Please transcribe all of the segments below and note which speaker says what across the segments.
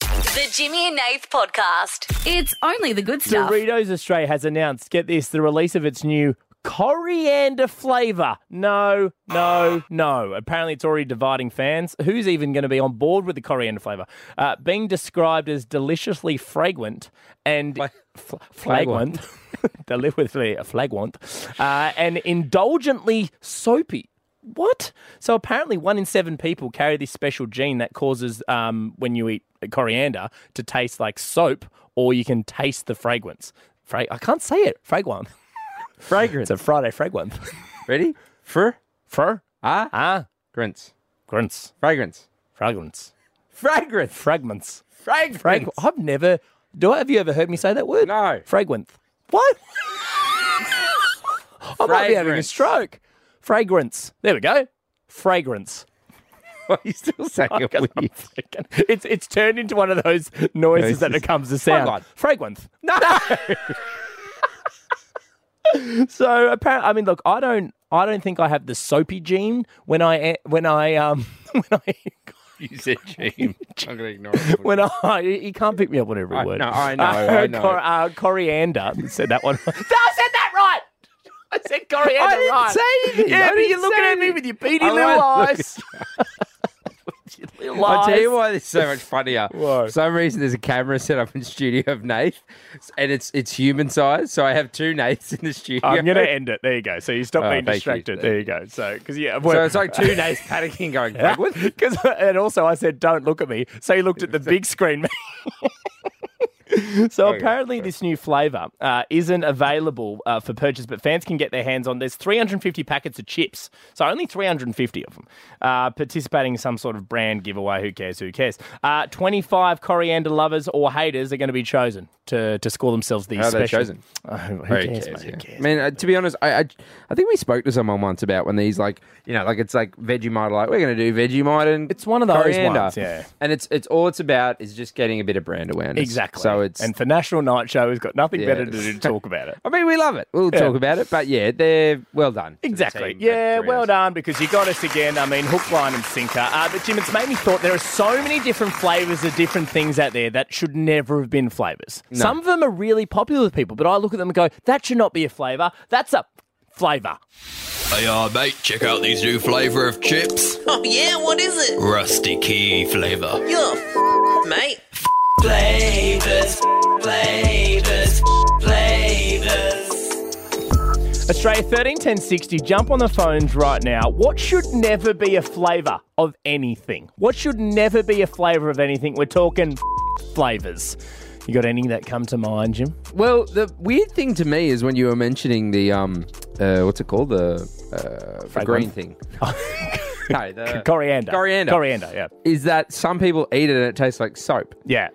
Speaker 1: The Jimmy and Nath Podcast.
Speaker 2: It's only the good stuff.
Speaker 3: Doritos Australia has announced, get this, the release of its new coriander flavour. No, no, no. Apparently, it's already dividing fans. Who's even going to be on board with the coriander flavour? Uh, being described as deliciously fragrant and. fl- flagrant. Deliberately flagrant. Uh, and indulgently soapy. What? So apparently, one in seven people carry this special gene that causes um, when you eat coriander to taste like soap, or you can taste the fragrance. Fra- I can't say it. Fragrant.
Speaker 4: Fragrance.
Speaker 3: It's a Friday fragrant.
Speaker 4: Ready? Fr.
Speaker 3: Fur?
Speaker 4: Ah.
Speaker 3: Ah.
Speaker 4: Grunts.
Speaker 3: Grunts.
Speaker 4: Fragrance.
Speaker 3: Fragrance.
Speaker 4: Fragrance.
Speaker 3: Fragments.
Speaker 4: Fragrance.
Speaker 3: Frag- I've never. Do I, have you ever heard me say that word?
Speaker 4: No.
Speaker 3: Fragrant. What? I might be having a
Speaker 4: Fragrance.
Speaker 3: stroke. Fragrance. There we go. Fragrance.
Speaker 4: Why are you still saying it weird?
Speaker 3: It's it's turned into one of those noises that
Speaker 4: Noises.
Speaker 3: becomes a
Speaker 4: Fragrant.
Speaker 3: sound. Fragrance. No. so apparently, I mean, look, I don't, I don't think I have the soapy gene when I when I um when I
Speaker 4: You said Jim. I'm going to ignore it.
Speaker 3: when I you can't pick me up on every
Speaker 4: I-
Speaker 3: word.
Speaker 4: no, I know,
Speaker 3: Uh,
Speaker 4: I know.
Speaker 3: cor- uh, coriander said that one. I said that right. I said coriander
Speaker 4: I didn't
Speaker 3: right.
Speaker 4: say anything. I
Speaker 3: Yeah, but
Speaker 4: didn't
Speaker 3: you're looking
Speaker 4: say
Speaker 3: at me
Speaker 4: anything.
Speaker 3: with your beady
Speaker 4: I
Speaker 3: little
Speaker 4: won't look
Speaker 3: eyes. Your little
Speaker 4: I'll tell
Speaker 3: eyes.
Speaker 4: you why this is so much funnier.
Speaker 3: Whoa.
Speaker 4: For some reason, there's a camera set up in the studio of Nath, and it's it's human size. So I have two Naths in the studio.
Speaker 3: I'm going to end it. There you go. So you stop
Speaker 4: Oh,
Speaker 3: being
Speaker 4: thank you.
Speaker 3: distracted. There you go. So, because yeah,
Speaker 4: so
Speaker 3: well,
Speaker 4: it's like two Naths panicking, going backwards.
Speaker 3: Because uh, and also I said, "Don't look at me." So you looked at the big screen. so
Speaker 4: Okay.
Speaker 3: apparently, this new flavour uh, isn't available uh, for purchase, but fans can get their hands on. There's 350 packets of chips, so only 350 of them uh, participating in some sort of brand giveaway. Who cares? Who cares? Uh, 25 coriander lovers or haters are going to be chosen to to score themselves these
Speaker 4: How are they
Speaker 3: special.
Speaker 4: chosen?
Speaker 3: Oh, who,
Speaker 4: Who
Speaker 3: cares,
Speaker 4: cares,
Speaker 3: mate? Who
Speaker 4: yeah.
Speaker 3: cares?
Speaker 4: I mean, uh, to be honest, I, I I think we spoke to someone once about when these like you know like it's like Vegemite, like we're going to do Vegemite and
Speaker 3: It's one of those
Speaker 4: coriander.
Speaker 3: ones, yeah.
Speaker 4: And it's it's all it's about is just getting a bit of brand awareness.
Speaker 3: Exactly.
Speaker 4: So it's
Speaker 3: and for National Night Show, we've got nothing better to
Speaker 4: Yes.
Speaker 3: do to talk about it.
Speaker 4: I mean we love it. We'll
Speaker 3: Yeah.
Speaker 4: talk about it, but yeah, they're well done. to the
Speaker 3: Exactly.
Speaker 4: team at
Speaker 3: Yeah, well
Speaker 4: Doritos.
Speaker 3: done because you got us again. I mean, hook, line, and sinker. Uh, but Jim, it's made me thought there are so many different flavours of different things out there that should never have been flavours. Some of them are really popular with people, but I look at them and go, "That should not be a flavour. That's a flavour."
Speaker 5: Hey, uh, mate, check out these new flavour of chips.
Speaker 6: Oh yeah, what is it?
Speaker 5: Rusty Key flavour.
Speaker 6: You're f- mate.
Speaker 7: Flavors, flavors, flavors.
Speaker 3: Australia thirteen ten sixty. Jump on the phones right now. What should never be a flavour of anything? What should never be a flavour of anything? We're talking flavours. You got any that come to mind, Jim?
Speaker 4: Well, the weird thing to me is when you were mentioning the um uh, what's it called the, uh, the green thing. no, the
Speaker 3: Coriander.
Speaker 4: Coriander.
Speaker 3: Coriander. Yeah.
Speaker 4: Is that some people eat it and it tastes like soap?
Speaker 3: Yeah.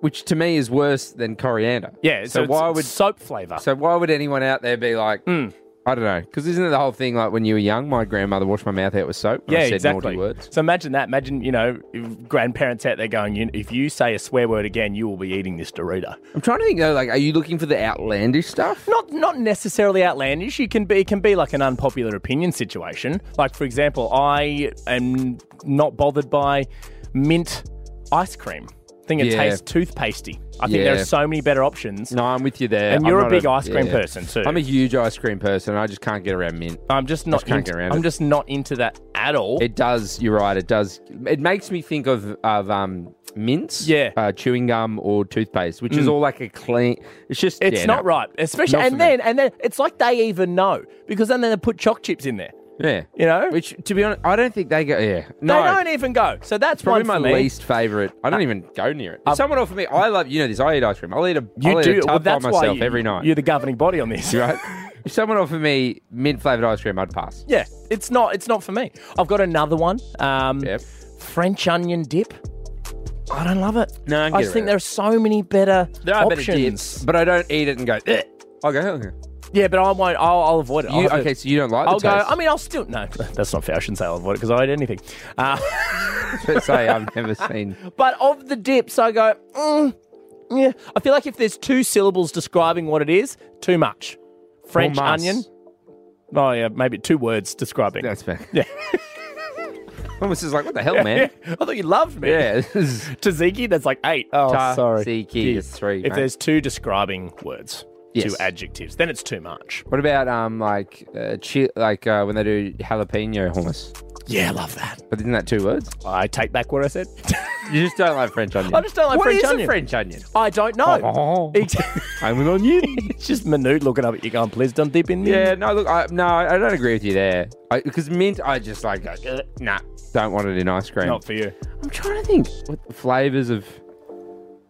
Speaker 4: which to me is worse than coriander.
Speaker 3: Yeah, so,
Speaker 4: So, why
Speaker 3: would
Speaker 4: would
Speaker 3: soap flavour?
Speaker 4: so why would anyone out there be like?
Speaker 3: Hmm.
Speaker 4: I don't know, because isn't it the whole thing like when you were young, my grandmother washed my mouth out with soap. and
Speaker 3: yeah,
Speaker 4: I said
Speaker 3: exactly.
Speaker 4: Naughty words.
Speaker 3: So imagine that. Imagine you know if grandparents out there going, "You- if you say a swear word again, you will be eating this Dorito.
Speaker 4: I'm trying to think though, like, are you looking for the outlandish stuff?
Speaker 3: Not not necessarily outlandish. You can be it can be like an unpopular opinion situation. Like for example, I am not bothered by mint ice cream. I think it
Speaker 4: Yeah.
Speaker 3: tastes toothpastey. I think there
Speaker 4: Yeah.
Speaker 3: are so many better options.
Speaker 4: No, I'm with you there.
Speaker 3: And
Speaker 4: I'm
Speaker 3: you're a
Speaker 4: not
Speaker 3: big ice cream person too.
Speaker 4: I'm a huge ice cream person. and I just can't get around mint.
Speaker 3: I'm just not.
Speaker 4: Just can't
Speaker 3: into,
Speaker 4: get around
Speaker 3: I'm
Speaker 4: it.
Speaker 3: just not into that at all.
Speaker 4: It does. You're right. It does. It makes me think of of um mints.
Speaker 3: Yeah. Mm.
Speaker 4: Uh, chewing gum or toothpaste, which is all like a clean. It's just.
Speaker 3: It's
Speaker 4: yeah,
Speaker 3: not
Speaker 4: no.
Speaker 3: right, especially
Speaker 4: Not for
Speaker 3: and
Speaker 4: me.
Speaker 3: then and then it's like they even know because then they put choc chips in there.
Speaker 4: Yeah.
Speaker 3: You know?
Speaker 4: Which, to be honest, I don't think they go. Yeah. No.
Speaker 3: They don't even go. So that's
Speaker 4: Probably
Speaker 3: one
Speaker 4: my
Speaker 3: for me. Uh,
Speaker 4: least favorite. I don't even go near it. If someone offered me, I love you know this. I eat ice cream. I'll eat a,
Speaker 3: You
Speaker 4: I'll
Speaker 3: do.
Speaker 4: eat a tub
Speaker 3: well, that's
Speaker 4: by
Speaker 3: why
Speaker 4: myself
Speaker 3: you-
Speaker 4: every night.
Speaker 3: You're the governing body on this.
Speaker 4: right? if someone offered me mint flavored ice cream, I'd pass.
Speaker 3: Yeah, it's not. It's not for me. I've got another one. Um,
Speaker 4: Yep.
Speaker 3: French onion dip. I don't love it.
Speaker 4: No, I
Speaker 3: I,
Speaker 4: can get
Speaker 3: just think
Speaker 4: around
Speaker 3: there are so many better
Speaker 4: There are better
Speaker 3: options.
Speaker 4: dips, but I don't eat it and go. "Ugh." I'll go. "Ugh."
Speaker 3: Yeah, but I won't. I'll, I'll avoid it. I'll
Speaker 4: You,
Speaker 3: have a-
Speaker 4: okay, so you don't like
Speaker 3: I'll
Speaker 4: the
Speaker 3: go.
Speaker 4: taste.
Speaker 3: I mean, I'll still no. That's not fair. I shouldn't say I'll avoid it because I eat anything. Uh,
Speaker 4: Let's say I've never seen.
Speaker 3: But of the dips, I go, mm, yeah. I feel like if there's two syllables describing what it is, too much. French
Speaker 4: Hummus.
Speaker 3: onion. Oh yeah, maybe two words describing.
Speaker 4: That's fair.
Speaker 3: Yeah.
Speaker 4: Almost just like, what the hell, man?
Speaker 3: I thought you loved me.
Speaker 4: Yeah. this is-
Speaker 3: Tzatziki, that's like eight. Oh, sorry.
Speaker 4: Tzatziki is three,
Speaker 3: If
Speaker 4: mate.
Speaker 3: there's two describing words,
Speaker 4: Yes.
Speaker 3: two adjectives, then it's too much.
Speaker 4: what about um like uh, chi- like uh, when they do jalapeno hummus?
Speaker 3: Yeah, I love that.
Speaker 4: But isn't that two words?
Speaker 3: I take back what I said.
Speaker 4: You just don't like French onion.
Speaker 3: I just don't like French
Speaker 4: What is
Speaker 3: onion.
Speaker 4: a French onion?
Speaker 3: I don't know.
Speaker 4: Oh,
Speaker 3: It's
Speaker 4: I'm an onion.
Speaker 3: it's just Manute looking up at you going, please don't dip in there.
Speaker 4: Yeah, no, look, I, no, I don't agree with you there. Because mint, I just like, go, "Ugh, nah, don't want it in ice cream.
Speaker 3: Not for you.
Speaker 4: I'm trying to think what the flavors of.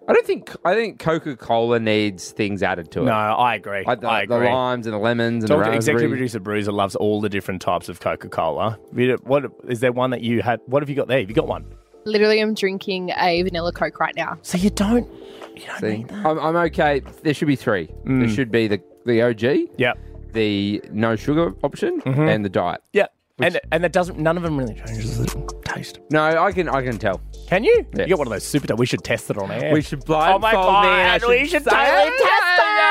Speaker 4: I don't think I think Coca Cola needs things added to it.
Speaker 3: No, I agree.
Speaker 4: like the,
Speaker 3: I
Speaker 4: the
Speaker 3: agree.
Speaker 4: limes and the lemons and
Speaker 3: Doctor
Speaker 4: the
Speaker 3: Executive
Speaker 4: raspberry.
Speaker 3: Producer Bruiser loves all the different types of Coca Cola. What is there one that you had? What have you got there? Have you got one?
Speaker 2: Literally, I'm drinking a vanilla Coke right now.
Speaker 3: So you don't. You don't
Speaker 4: See,
Speaker 3: need that. Mm.
Speaker 4: I'm, I'm okay. There should be three. There should be the the OG,
Speaker 3: Yep.
Speaker 4: the no sugar option, and the diet.
Speaker 3: Yep. Mm-hmm. and and that doesn't. None of them really changes the taste.
Speaker 4: No, I can I can tell.
Speaker 3: Can you?
Speaker 4: Yeah.
Speaker 3: You got one of those super. We should test it on air.
Speaker 4: We should
Speaker 3: Oh
Speaker 4: blindfold
Speaker 3: my
Speaker 4: me and I
Speaker 3: god! We should
Speaker 4: say-
Speaker 3: totally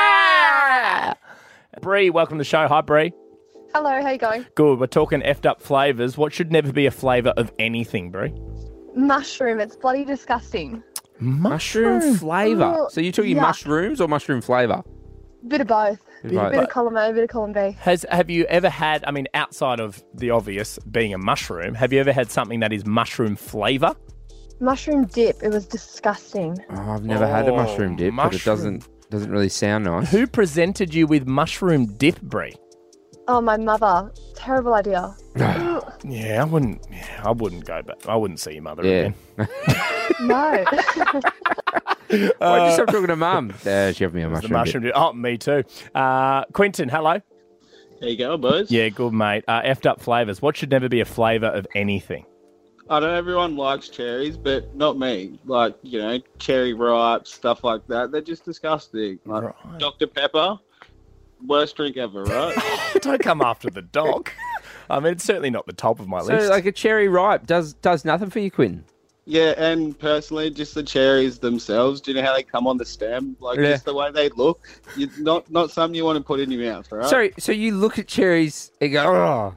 Speaker 3: test it. Bree, welcome to the show. Hi, Bree.
Speaker 2: Hello, how you going?
Speaker 3: Good. We're talking effed up flavors. What should never be a flavor of anything, Bree?
Speaker 8: Mushroom. It's bloody disgusting.
Speaker 4: Mushroom flavour.
Speaker 8: Ooh,
Speaker 4: So you're talking
Speaker 8: yuck.
Speaker 4: mushrooms or mushroom flavour?
Speaker 8: Bit of both.
Speaker 4: Right.
Speaker 8: Bit of column A, bit of column B.
Speaker 3: Has have you ever had? I mean, outside of the obvious being a mushroom, have you ever had something that is mushroom flavor?
Speaker 8: Mushroom dip. It was disgusting.
Speaker 4: Oh, I've never had a
Speaker 3: Oh,
Speaker 4: mushroom dip, but it
Speaker 3: mushroom.
Speaker 4: doesn't doesn't really sound nice.
Speaker 3: Who presented you with mushroom dip, Brie?
Speaker 8: Oh, my mother. Terrible idea.
Speaker 3: Yeah, I wouldn't. Yeah, I wouldn't go back. I wouldn't see your mother
Speaker 4: Yeah.
Speaker 3: again.
Speaker 8: No.
Speaker 4: Why did you stop talking to mum? Uh, she offered me a
Speaker 3: The
Speaker 4: mushroom.
Speaker 3: mushroom dip. Oh, me too. Uh, Quentin, hello.
Speaker 9: There you go, boys.
Speaker 3: Yeah, good mate. Uh, effed up flavors. What should never be a flavor of anything?
Speaker 9: I know everyone likes cherries, but not me. Like, you know, cherry ripe, stuff like that. They're just disgusting. Like,
Speaker 3: Right.
Speaker 9: Dr. Pepper, worst drink ever, right?
Speaker 3: Don't come after the doc. I mean, it's certainly not the top of my
Speaker 4: Dip.
Speaker 3: list.
Speaker 4: So, like a cherry ripe does does nothing for you, Quinn.
Speaker 9: yeah, and personally, just the cherries themselves. Do you know how they come on the stem? Like,
Speaker 4: Yeah.
Speaker 9: just the way they look. You, not not something you want to put in your mouth, right?
Speaker 4: Sorry, so you look at cherries and go, oh,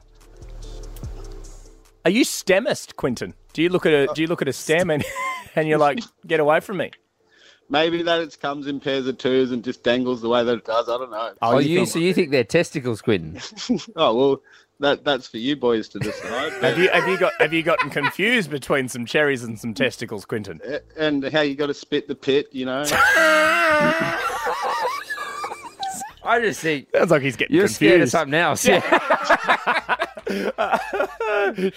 Speaker 3: Are you stemist, Quentin? Do you look at a Do you look at a stem and and you're like, get away from me?
Speaker 9: Maybe that it comes in pairs of twos and just dangles the way that it does. I don't know.
Speaker 4: oh,
Speaker 3: you
Speaker 4: you,
Speaker 3: think-
Speaker 4: so you think they're testicles, Quinn?
Speaker 9: Oh, well, that that's for you boys to decide.
Speaker 3: Have you have you got have you gotten confused between some cherries and some testicles, Quentin?
Speaker 9: but- and how you got to spit the pit, you know?
Speaker 4: I just think
Speaker 3: Sounds like he's getting
Speaker 4: you're scared of
Speaker 3: confused.
Speaker 4: something else. Yeah.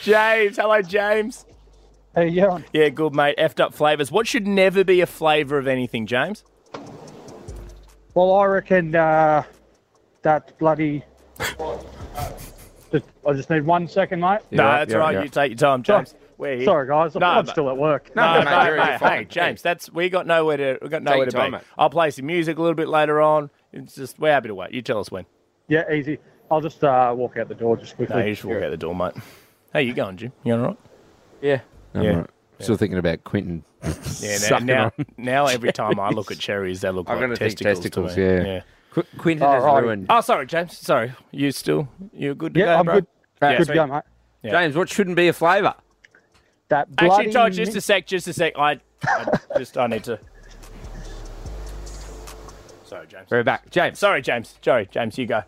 Speaker 3: James, hello, James.
Speaker 10: Hey, yeah.
Speaker 3: Yeah, good mate. Effed up flavors. What should never be a flavor of anything, James?
Speaker 10: Well, I reckon uh, that bloody. just, I just need one second, mate.
Speaker 3: no,
Speaker 4: right,
Speaker 3: that's
Speaker 4: yeah,
Speaker 3: right.
Speaker 4: yeah.
Speaker 3: You take your time, James. We're here.
Speaker 10: Sorry, guys.
Speaker 3: No,
Speaker 10: I'm
Speaker 3: but-
Speaker 10: still at work.
Speaker 3: No,
Speaker 4: No,
Speaker 3: no,
Speaker 4: mate, you're-
Speaker 3: mate,
Speaker 4: you're
Speaker 3: hey,
Speaker 4: fine.
Speaker 3: James, that's we got nowhere to we got nowhere
Speaker 4: your
Speaker 3: to
Speaker 4: time,
Speaker 3: be.
Speaker 4: mate.
Speaker 3: I'll play some music a little bit later on. It's just we're happy to wait. You tell us when.
Speaker 10: Yeah, easy. I'll just uh, walk out the door just quickly.
Speaker 3: No, you just walk out the door, mate. How you going, Jim? You all right?
Speaker 4: yeah.
Speaker 3: Yeah.
Speaker 4: I'm right. Still thinking about Quentin.
Speaker 3: Yeah, now,
Speaker 4: Sucking
Speaker 3: now,
Speaker 4: on
Speaker 3: now every time I look at cherries, they look
Speaker 4: I'm
Speaker 3: like
Speaker 4: gonna think testicles,
Speaker 3: testicles. to me.
Speaker 4: yeah. Qu- Quentin has
Speaker 10: Alrighty.
Speaker 4: ruined.
Speaker 3: Oh, sorry, James. Sorry, you still you good to
Speaker 10: Yeah,
Speaker 3: go,
Speaker 10: I'm
Speaker 3: bro?
Speaker 10: good.
Speaker 3: Yeah,
Speaker 10: Good
Speaker 3: sweet.
Speaker 10: to go, mate.
Speaker 3: yeah.
Speaker 4: James, what shouldn't be a flavour?
Speaker 10: That bloody
Speaker 3: Actually, Todd, just
Speaker 10: mint-
Speaker 3: a sec, just a sec. I, I just I need to. Sorry, James.
Speaker 4: We're back. James.
Speaker 3: Sorry, James. Sorry, James. You go.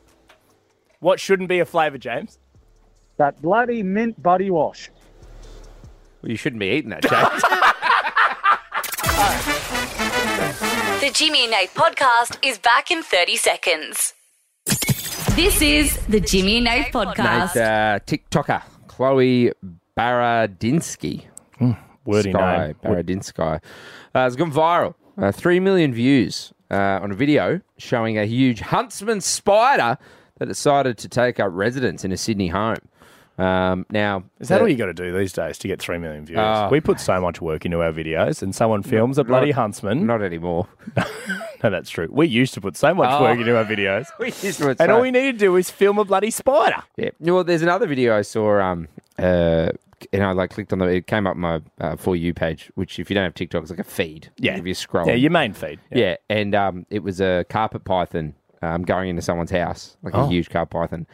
Speaker 3: What shouldn't be a flavour, James?
Speaker 10: that bloody mint body wash.
Speaker 4: Well, you shouldn't be eating that, James.
Speaker 1: The Jimmy and Nate podcast is back in 30 seconds. This is the Jimmy and Nate podcast.
Speaker 4: Nate, uh, TikToker, Chloe Baradinsky.
Speaker 3: Hmm, Wordy
Speaker 4: Sky Baradinsky. Uh, it's gone viral. Uh, Three million views uh, on a video showing a huge huntsman spider that decided to take up residence in a Sydney home. Um, now,
Speaker 3: Is that all you got to do these days to get three million views?
Speaker 4: Oh,
Speaker 3: we put so much work into our videos, and someone films a bloody huntsman.
Speaker 4: Not anymore.
Speaker 3: No, that's true. We used to put so much
Speaker 4: Oh.
Speaker 3: work into our videos.
Speaker 4: and
Speaker 3: And all we need to do is film a bloody spider.
Speaker 4: Yeah. Well, there's another video I saw. Um, uh, and I like clicked on the. It came up my uh, for you page, which if you don't have TikTok, it's like a feed.
Speaker 3: Yeah.
Speaker 4: If you scroll.
Speaker 3: Yeah, your main feed.
Speaker 4: Yeah,
Speaker 3: Oh.
Speaker 4: and um, it was a carpet python um, going into someone's house, like a huge carpet python.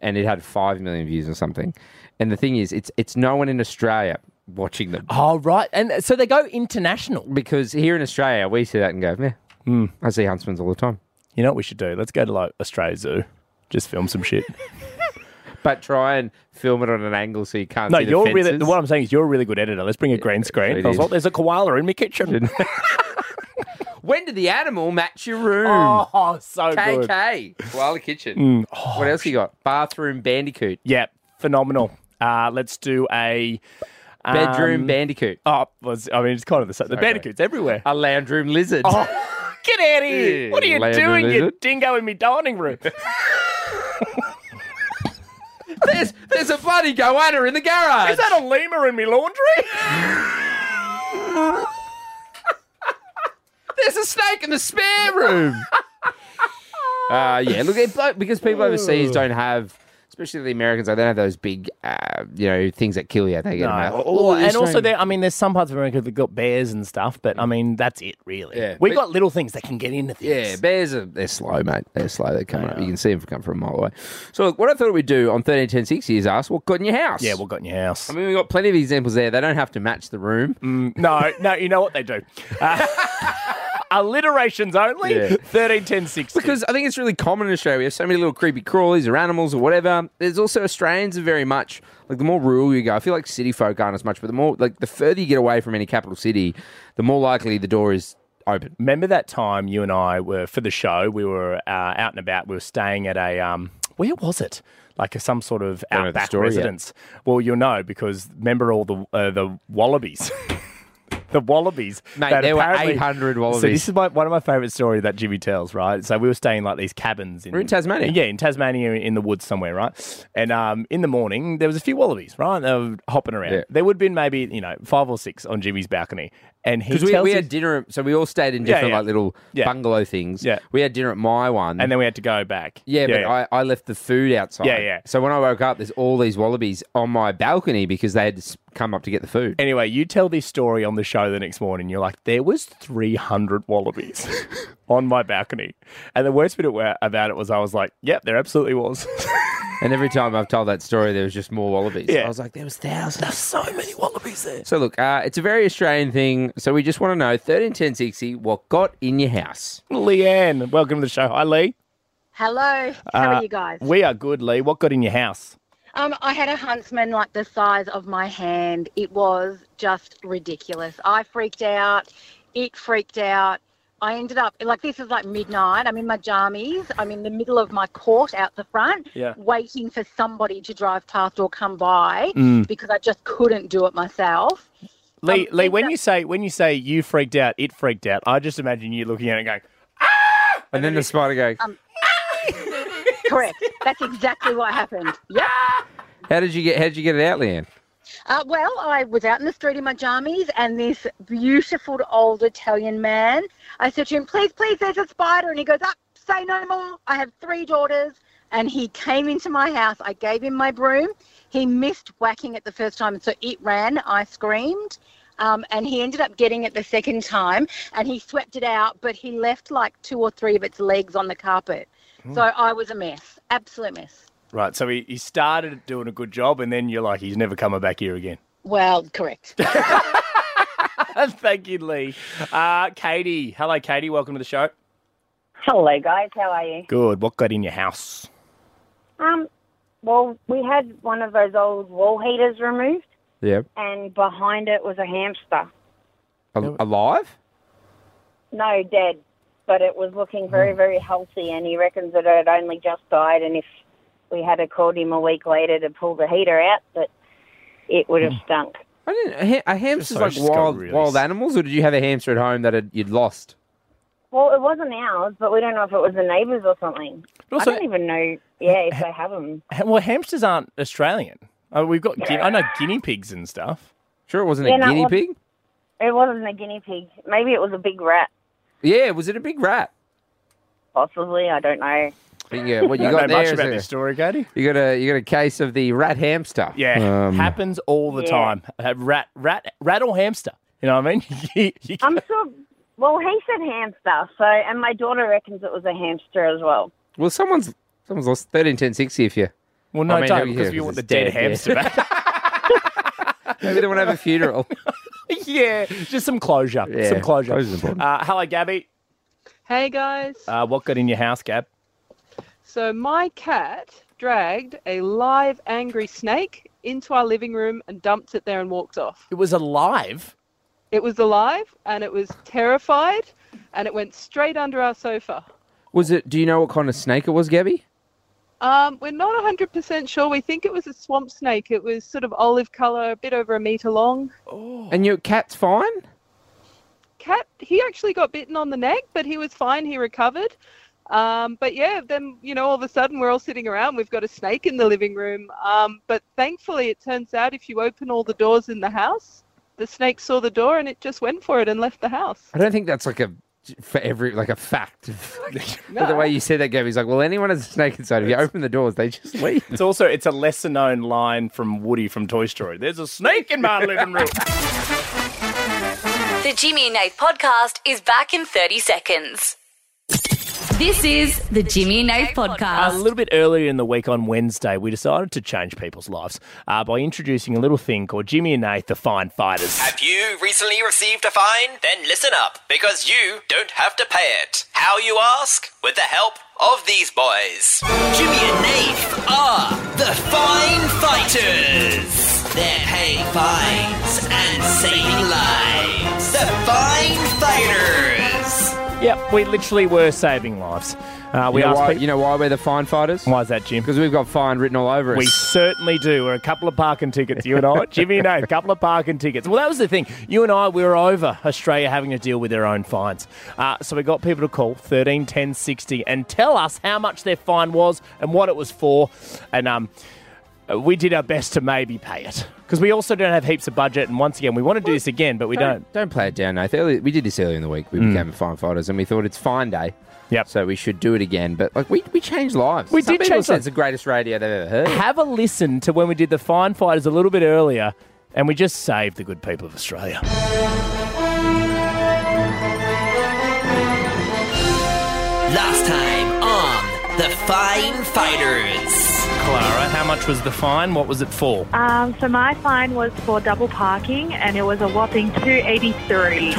Speaker 4: and it had five million views or something. And the thing is, it's it's no one in Australia watching them.
Speaker 3: Oh right, and so they go international Hmm.
Speaker 4: because here in Australia we see that and go, yeah, I see huntsmans all the time.
Speaker 3: You know what we should do? Let's go to like Australia Zoo, just film some shit.
Speaker 4: but try and film it on an angle so you can't.
Speaker 3: no,
Speaker 4: see the
Speaker 3: you're really.
Speaker 4: fences.
Speaker 3: What I'm saying is you're a really good editor. Let's bring a green screen.
Speaker 4: it
Speaker 3: I was
Speaker 4: is.
Speaker 3: like, there's a koala in my kitchen.
Speaker 4: When did the animal match your room?
Speaker 3: Oh, so good.
Speaker 4: KK. Koala kitchen. what else you got? Bathroom bandicoot.
Speaker 3: Yeah, Mm. Oh, phenomenal. Uh, let's do a um,
Speaker 4: Bedroom bandicoot.
Speaker 3: Oh, was I mean it's kind of the same. The bandicoots everywhere.
Speaker 4: A
Speaker 3: Oh.
Speaker 4: lounge room lizard.
Speaker 3: Get out of here!
Speaker 4: Yeah,
Speaker 3: what are you
Speaker 4: laying
Speaker 3: doing,
Speaker 4: there,
Speaker 3: you
Speaker 4: is it?
Speaker 3: dingo, in my dining room?
Speaker 4: There's there's a bloody goanna in the garage.
Speaker 3: Is that a lemur in my laundry?
Speaker 4: There's a snake in the spare room. uh, yeah, look, it, but because people overseas don't have, especially the Americans, they don't have those big, uh, you know, things that kill you. They get them out.
Speaker 3: Or- and also,
Speaker 4: Australian-
Speaker 3: there. I mean, there's some parts of America that got bears and stuff, but I mean, that's it, really.
Speaker 4: Yeah,
Speaker 3: we
Speaker 4: but-
Speaker 3: got little things that can get into
Speaker 4: Yeah,
Speaker 3: things.
Speaker 4: bears are they're slow, mate. They're slow. They're coming up. You can see them come from a mile away. So look, what I thought we'd do on thirteen ten sixty is ask what got in your house.
Speaker 3: yeah, what got in your house?
Speaker 4: I mean, we've got plenty of examples there. They don't have to match the room.
Speaker 3: Mm, No, no, you know what they do. Uh, alliterations only.
Speaker 4: Yeah.
Speaker 3: Thirteen, ten, sixty.
Speaker 4: Because I think it's really common in Australia. We have so many little creepy crawlies or animals or whatever. There's also Australians are very much like the more rural you go. I feel like city folk aren't as much, but the more like the further you get away from any capital city, the more likely the door is open.
Speaker 3: Remember that time you and I were for the show? We were uh, out and about. We were staying at a um, where was it? Like a, some sort of
Speaker 4: know the
Speaker 3: outback
Speaker 4: story yet.
Speaker 3: residence. Well, you'll know because remember all the uh, the wallabies. The wallabies.
Speaker 4: Mate,
Speaker 3: that
Speaker 4: there were
Speaker 3: apparently-
Speaker 4: 800
Speaker 3: So
Speaker 4: wallabies.
Speaker 3: this is my, one of my favourite stories that Jimmy tells, right? So we were staying like these cabins in,
Speaker 4: We're in Tasmania.
Speaker 3: Yeah, in Tasmania in the woods somewhere, right? And um, in the morning there was a few wallabies, right? They were hopping around.
Speaker 4: Yeah.
Speaker 3: There would have been maybe, you know, five or six on Jimmy's balcony. And he
Speaker 4: Because we,
Speaker 3: tells
Speaker 4: we
Speaker 3: his-
Speaker 4: had dinner, so we all stayed in
Speaker 3: Yeah,
Speaker 4: different
Speaker 3: yeah.
Speaker 4: like little
Speaker 3: Yeah.
Speaker 4: bungalow things.
Speaker 3: Yeah.
Speaker 4: we had dinner at my one,
Speaker 3: and then we had to go back.
Speaker 4: yeah, but I, I left the food outside.
Speaker 3: Yeah, yeah.
Speaker 4: So when I woke up, there's all these wallabies on my balcony because they had to s- come up to get the food.
Speaker 3: Anyway, you tell this story on the show the next morning. You're like, there was 300 wallabies on my balcony, and the worst bit wa- about it was I was like, yep, there absolutely was.
Speaker 4: And every time I've told that story, there was just more wallabies.
Speaker 3: Yeah.
Speaker 4: I was like, there was thousands.
Speaker 3: so many wallabies there.
Speaker 4: So look, uh, it's a very Australian thing. So we just want to know thirteen ten sixty what got in your house.
Speaker 3: Leanne, welcome to the show. Hi, Lee.
Speaker 11: Hello, how
Speaker 3: Uh,
Speaker 11: are you guys?
Speaker 3: We are good, Lee. What got in your house?
Speaker 11: Um, I had a huntsman like the size of my hand. It was just ridiculous. I freaked out. It freaked out. I ended up like this is like midnight. I'm in my jammies. I'm in the middle of my court out the front,
Speaker 3: Yeah.
Speaker 11: waiting for somebody to drive past or come by
Speaker 3: Mm.
Speaker 11: because I just couldn't do it myself.
Speaker 3: Lee, Lee, when you say when you say you freaked out, it freaked out. I just imagine you looking at it going,
Speaker 4: And then the spider goes,
Speaker 11: Um, Correct. That's exactly what happened. Yep.
Speaker 4: "How did you get? How did you get it out, Leanne?"
Speaker 11: Uh, well, I was out in the street in my jammies, and this beautiful old Italian man. I said to him, "Please, please, there's a spider," and he goes, "Up, say no more. I have three daughters." And he came into my house. I gave him my broom. He missed whacking it the first time, so it ran. I screamed. Um, and he ended up getting it the second time and he swept it out, but he left like two or three of its legs on the carpet. So I was a mess, absolute mess.
Speaker 3: right. So he, he started doing a good job, and then you're like, he's never coming back here again.
Speaker 11: Well, correct.
Speaker 3: Thank you, Lee. Uh, Katie, hello, Katie. Welcome to the show.
Speaker 12: Hello, guys. How are you?
Speaker 3: Good. What got in your house?
Speaker 12: Um, well, we had one of those old wall heaters removed,
Speaker 4: Yeah,
Speaker 12: and behind it was a hamster.
Speaker 4: Al- alive.
Speaker 12: No, dead, but it was looking very, very healthy, and he reckons that it had only just died. And if we had have called him a week later to pull the heater out, that it would have stunk.
Speaker 4: I didn't. uh, A, ha- a hamster's
Speaker 3: so
Speaker 4: like
Speaker 3: she's got
Speaker 4: wild,
Speaker 3: really
Speaker 4: wild
Speaker 3: s-
Speaker 4: animals, or did you have a hamster at home that had, you'd lost?
Speaker 12: Well, it wasn't ours, but we don't know if it was the neighbours or something.
Speaker 3: But also-
Speaker 12: I don't even know. Yeah, if they have them.
Speaker 3: Ha- Well, hamsters aren't Australian. Uh, we've got guinea, I know guinea pigs and stuff.
Speaker 4: Sure, it wasn't
Speaker 12: Yeah,
Speaker 4: a
Speaker 12: no, it
Speaker 4: guinea
Speaker 12: wasn't.
Speaker 4: pig.
Speaker 12: It wasn't a guinea pig. Maybe it was a big rat.
Speaker 4: Yeah, was it a big rat?
Speaker 12: Possibly, I don't know.
Speaker 4: But yeah, what you
Speaker 3: I
Speaker 4: got
Speaker 3: don't know
Speaker 4: there
Speaker 3: much
Speaker 4: is
Speaker 3: about
Speaker 4: a-
Speaker 3: this story, Katie.
Speaker 4: you got a you got a case of the rat hamster.
Speaker 3: Yeah,
Speaker 4: Um,
Speaker 3: happens all the
Speaker 12: Yeah.
Speaker 3: time. Uh, rat, rat, rat or hamster. You know what I mean? You- you-
Speaker 12: I'm sure. Well, he said hamster, so and my daughter reckons it was a hamster as well.
Speaker 4: well, someone's someone's lost thirteen ten sixty. If you
Speaker 3: Well, no,
Speaker 4: I mean,
Speaker 3: don't,
Speaker 4: yeah,
Speaker 3: because you want the
Speaker 4: it's
Speaker 3: dead,
Speaker 4: dead, yeah.
Speaker 3: hamster back.
Speaker 4: Maybe they want to have a funeral.
Speaker 3: yeah, just some closure.
Speaker 4: Yeah,
Speaker 3: some closure.
Speaker 4: closure's important.
Speaker 3: Uh, hello, Gabby.
Speaker 13: Hey guys.
Speaker 3: Uh, what got in your house, Gab?
Speaker 13: So my cat dragged a live angry snake into our living room and dumped it there and walked off.
Speaker 3: It was alive.
Speaker 13: It was alive and it was terrified and it went straight under our sofa.
Speaker 4: Was it? Do you know what kind of snake it was, Gabby?
Speaker 13: Um, we're not 100% sure. We think it was a swamp snake. It was sort of olive color, a bit over a meter long. Oh.
Speaker 4: And your cat's fine.
Speaker 13: Cat, he actually got bitten on the neck, but he was fine. He recovered. Um, but yeah, then, you know, all of a sudden we're all sitting around. We've got a snake in the living room. Um, but thankfully, it turns out if you open all the doors in the house, the snake saw the door and it just went for it and left the house.
Speaker 4: I don't think that's like a for every like a fact. But the way you said that, Gabby's like, well, anyone has a snake inside. If you open the doors, they just leave.
Speaker 3: It's also it's a lesser known line from Woody from Toy Story. There's a snake in my living room.
Speaker 1: The Jimmy and Nate podcast is back in 30 seconds. This is the Jimmy and Nate
Speaker 3: A
Speaker 1: podcast.
Speaker 3: little bit earlier in the week on Wednesday, we decided to change people's lives uh, by introducing a little thing called Jimmy and Nate, the Fine Fighters.
Speaker 7: Have you recently received a fine? Then listen up, because you don't have to pay it. How you ask? With the help of these boys. Jimmy and Nath are the fine fighters. They're paying fines and saving lives. The fine fighters.
Speaker 3: Yep, we literally were saving lives. Uh, we
Speaker 4: you, know
Speaker 3: asked
Speaker 4: why,
Speaker 3: people-
Speaker 4: you know why we're the fine fighters?
Speaker 3: Why is that, Jim?
Speaker 4: Because we've got fine written all over us.
Speaker 3: We certainly do. We're a couple of parking tickets, you and I. Jimmy and I, a couple of parking tickets. Well, that was the thing. You and I, we were over Australia having to deal with their own fines. Uh, so we got people to call 13 10 60 and tell us how much their fine was and what it was for. And um, uh, we did our best to maybe pay it. Because we also don't have heaps of budget. And once again, we want to do this again, but we don't.
Speaker 4: don't play it down, Nath. Early- We did this earlier in the week. We
Speaker 3: Mm.
Speaker 4: became fine fighters, and we thought it's fine day.
Speaker 3: Yep.
Speaker 4: So we should do it again. But like we, we changed lives.
Speaker 3: We
Speaker 4: Some
Speaker 3: did
Speaker 4: people
Speaker 3: change
Speaker 4: said
Speaker 3: lives.
Speaker 4: It's the greatest radio they've ever heard.
Speaker 3: Have a listen to when we did the fine fighters a little bit earlier, and we just saved the good people of Australia.
Speaker 7: Last time on the fine fighters.
Speaker 3: Clara, how much was the fine? What was it for?
Speaker 14: Um, so my fine was for double parking, and it was a whopping two eighty three.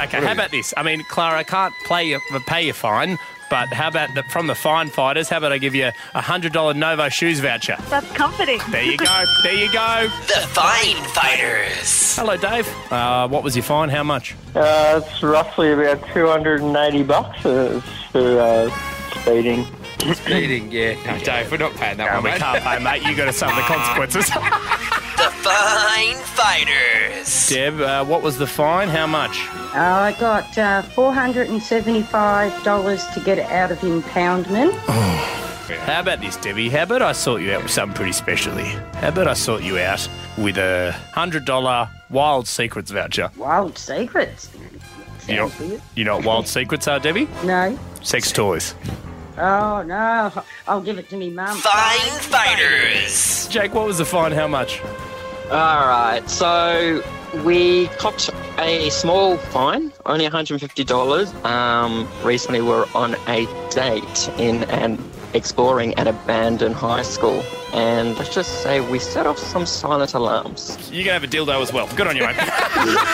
Speaker 3: Okay, how about this? I mean, Clara, I can't play your, pay your fine, but how about the, from the fine fighters, how about I give you a $100 Novo shoes voucher?
Speaker 14: That's comforting.
Speaker 3: There you go. There you go.
Speaker 7: The fine fighters.
Speaker 3: Hello, Dave. Uh, what was your fine? How much?
Speaker 15: Uh, it's roughly about 290 bucks uh, for uh, speeding.
Speaker 4: Speeding, yeah. No, Dave, we're not paying that
Speaker 3: one, we can't pay, mate. you got to suffer the consequences.
Speaker 7: The fine fighters.
Speaker 3: Deb, uh, what was the fine? How much?
Speaker 16: I got uh, $475 to get it out of impoundment.
Speaker 3: How about this, Debbie? How about I sort you out with something pretty specially? How about I sort you out with a $100 Wild Secrets voucher?
Speaker 16: Wild secrets.
Speaker 3: You know, you know what Wild Secrets are, Debbie?
Speaker 16: No.
Speaker 3: Sex toys.
Speaker 16: Oh, no. I'll give it to me mum.
Speaker 7: Fine fighters.
Speaker 3: Jake, what was the fine? How much?
Speaker 15: All right, so we copped a small fine, only $150. Um, recently, we were on a date in an exploring an abandoned high school, and let's just say we set off some silent alarms.
Speaker 3: You're going to have a dildo as well. Good on you, mate.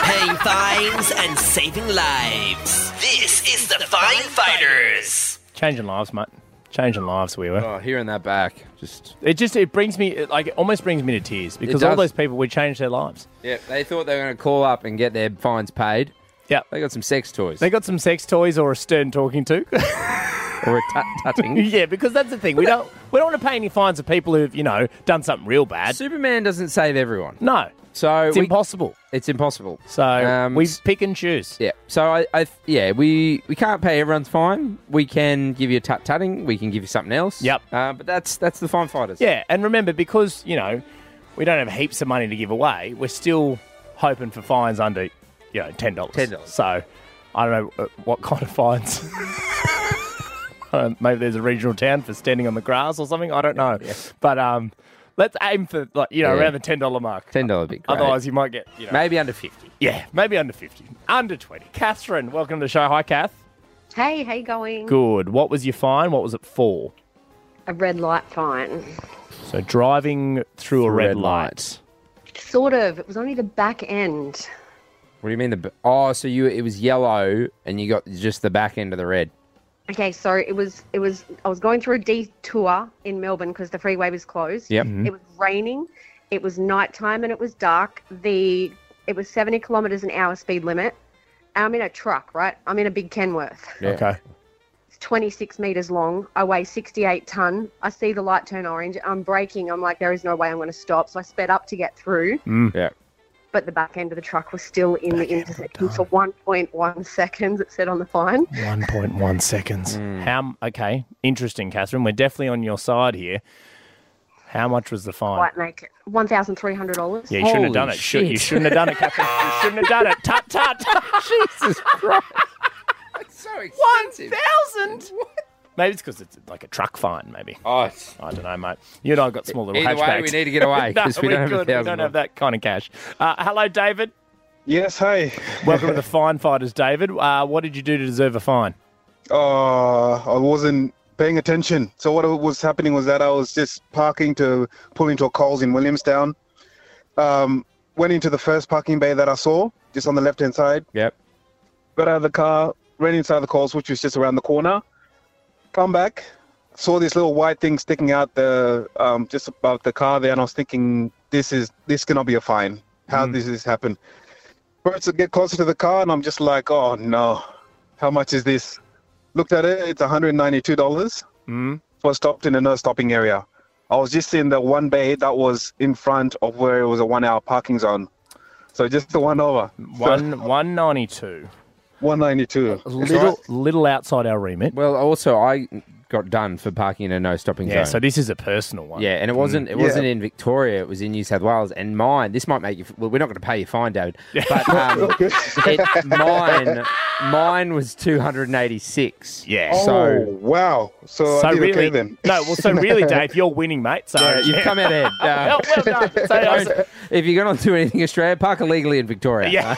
Speaker 7: Paying fines and saving lives. This is the Fine Fighters.
Speaker 3: Changing lives, mate. Changing lives, we were.
Speaker 4: Oh, hearing that back, just
Speaker 3: it just it brings me it, like it almost brings me to tears because all
Speaker 4: does.
Speaker 3: those people we changed their lives.
Speaker 4: Yeah, they thought they were going to call up and get their fines paid.
Speaker 3: Yeah,
Speaker 4: they got some sex toys
Speaker 3: They got some sex toys or a stern talking to.
Speaker 4: or a tut tutting.
Speaker 3: yeah, because that's the thing we don't we don't want to pay any fines of people who've you know done something real bad.
Speaker 4: Superman doesn't save everyone.
Speaker 3: No,
Speaker 4: so
Speaker 3: it's
Speaker 4: we-
Speaker 3: impossible.
Speaker 4: It's impossible. Um,
Speaker 3: So we pick and choose.
Speaker 4: Yeah. So I, I yeah, we we can't pay everyone's fine. We can give you a tut tutting. We can give you something else. Yep. Uh, but that's that's the fine fighters.
Speaker 3: Yeah, and remember because you know we don't have heaps of money to give away, we're still hoping for fines under you know ten dollars. Ten dollars. So I don't know uh, what kind of fines. I don't- Maybe there's a regional town for standing on the grass or something. I don't know, but um, let's aim for like you know
Speaker 4: Yeah.
Speaker 3: around the ten dollar mark.
Speaker 4: Ten dollar big.
Speaker 3: Otherwise, you might get you know
Speaker 4: maybe under fifty.
Speaker 3: yeah maybe under fifty, under twenty. Catherine, welcome to the show. Hi, Kath.
Speaker 17: Hey, how you going?
Speaker 3: Good. What was your fine? What was it for?
Speaker 17: A red light fine.
Speaker 3: So driving through a red,
Speaker 4: red
Speaker 3: light.
Speaker 17: Sort of. It was only the back end.
Speaker 4: What do you mean the? b- Oh, so you it was yellow and you got just the back end of the red.
Speaker 17: Okay, so it was it was I was going through a detour in Melbourne because the freeway was closed.
Speaker 4: Yep. Mhm.
Speaker 17: It was raining, it was nighttime and it was dark. The it was seventy kilometers an hour speed limit. I'm in a truck, right? I'm in a big Kenworth.
Speaker 3: Okay.
Speaker 17: It's twenty six meters long. I weigh sixty eight ton. I see the light turn orange. I'm braking. I'm like, there is no way I'm going to stop. So I sped up to get through,
Speaker 3: Mm.
Speaker 4: Yeah.
Speaker 17: but the back end of the truck was still in the intersection for one point one seconds. It said on the fine.
Speaker 3: 1.1 seconds. Mm. How? m- Okay, interesting, Catherine. We're definitely on your side here. How much was the fine?
Speaker 17: Quite make it. One thousand three hundred dollars.
Speaker 3: Yeah, you shouldn't have done it. Shou- You shouldn't have done it, Catherine. You shouldn't have done it. Tut tut. Jesus Christ.
Speaker 4: It's so
Speaker 7: expensive.
Speaker 3: One thousand. Maybe it's because it's like a truck fine. Maybe.
Speaker 4: Oh,
Speaker 3: I don't know, mate. You and I got small little
Speaker 4: Either way,
Speaker 3: hatchbacks.
Speaker 4: we need to get away,
Speaker 3: no,
Speaker 4: 'cause we
Speaker 3: we're
Speaker 4: don't have a
Speaker 3: good. We
Speaker 4: thousand
Speaker 3: don't have that kind of cash. Uh, hello, David.
Speaker 18: Yes. Hey.
Speaker 3: Welcome to the Fine Fighters, David. Uh, what did you do to deserve a fine?
Speaker 18: Uh, I wasn't paying attention. So what was happening was that I was just parking to pull into a Coles in Williamstown. Um, went into the first parking bay that I saw, just on the left hand side.
Speaker 4: Yep.
Speaker 18: Got out of the car, ran inside the Coles, which was just around the corner. Come back, saw this little white thing sticking out the um, just above the car there, and I was thinking, this is this cannot be a fine. How does this happen? But to get closer to the car, and I'm just like, oh no, how much is this? Looked at it, it's $192
Speaker 3: Mm.
Speaker 18: for stopped in a no stopping area. I was just in the one bay that was in front of where it was a one hour parking zone. So just the one over.
Speaker 3: One one ninety two.
Speaker 18: 192.
Speaker 3: Little little outside our remit.
Speaker 4: Well, also I got done for parking in a no stopping
Speaker 3: Yeah,
Speaker 4: zone.
Speaker 3: so this is a personal one.
Speaker 4: Yeah, and it wasn't it
Speaker 3: Mm. Yeah.
Speaker 4: wasn't in Victoria. It was in New South Wales. And mine, this might make you. Well, we're not going to pay your fine, David. But um, it, mine, mine was two hundred and eighty six.
Speaker 3: Yeah.
Speaker 4: So
Speaker 18: Oh, wow. So, I did
Speaker 3: really,
Speaker 18: okay then.
Speaker 3: no. Well, so really, Dave, you're winning, mate. So
Speaker 4: Yeah, you've come out ahead.
Speaker 3: well, well done. So, I was-
Speaker 4: if you're going to do anything in Australia, park illegally in Victoria.
Speaker 3: Yeah.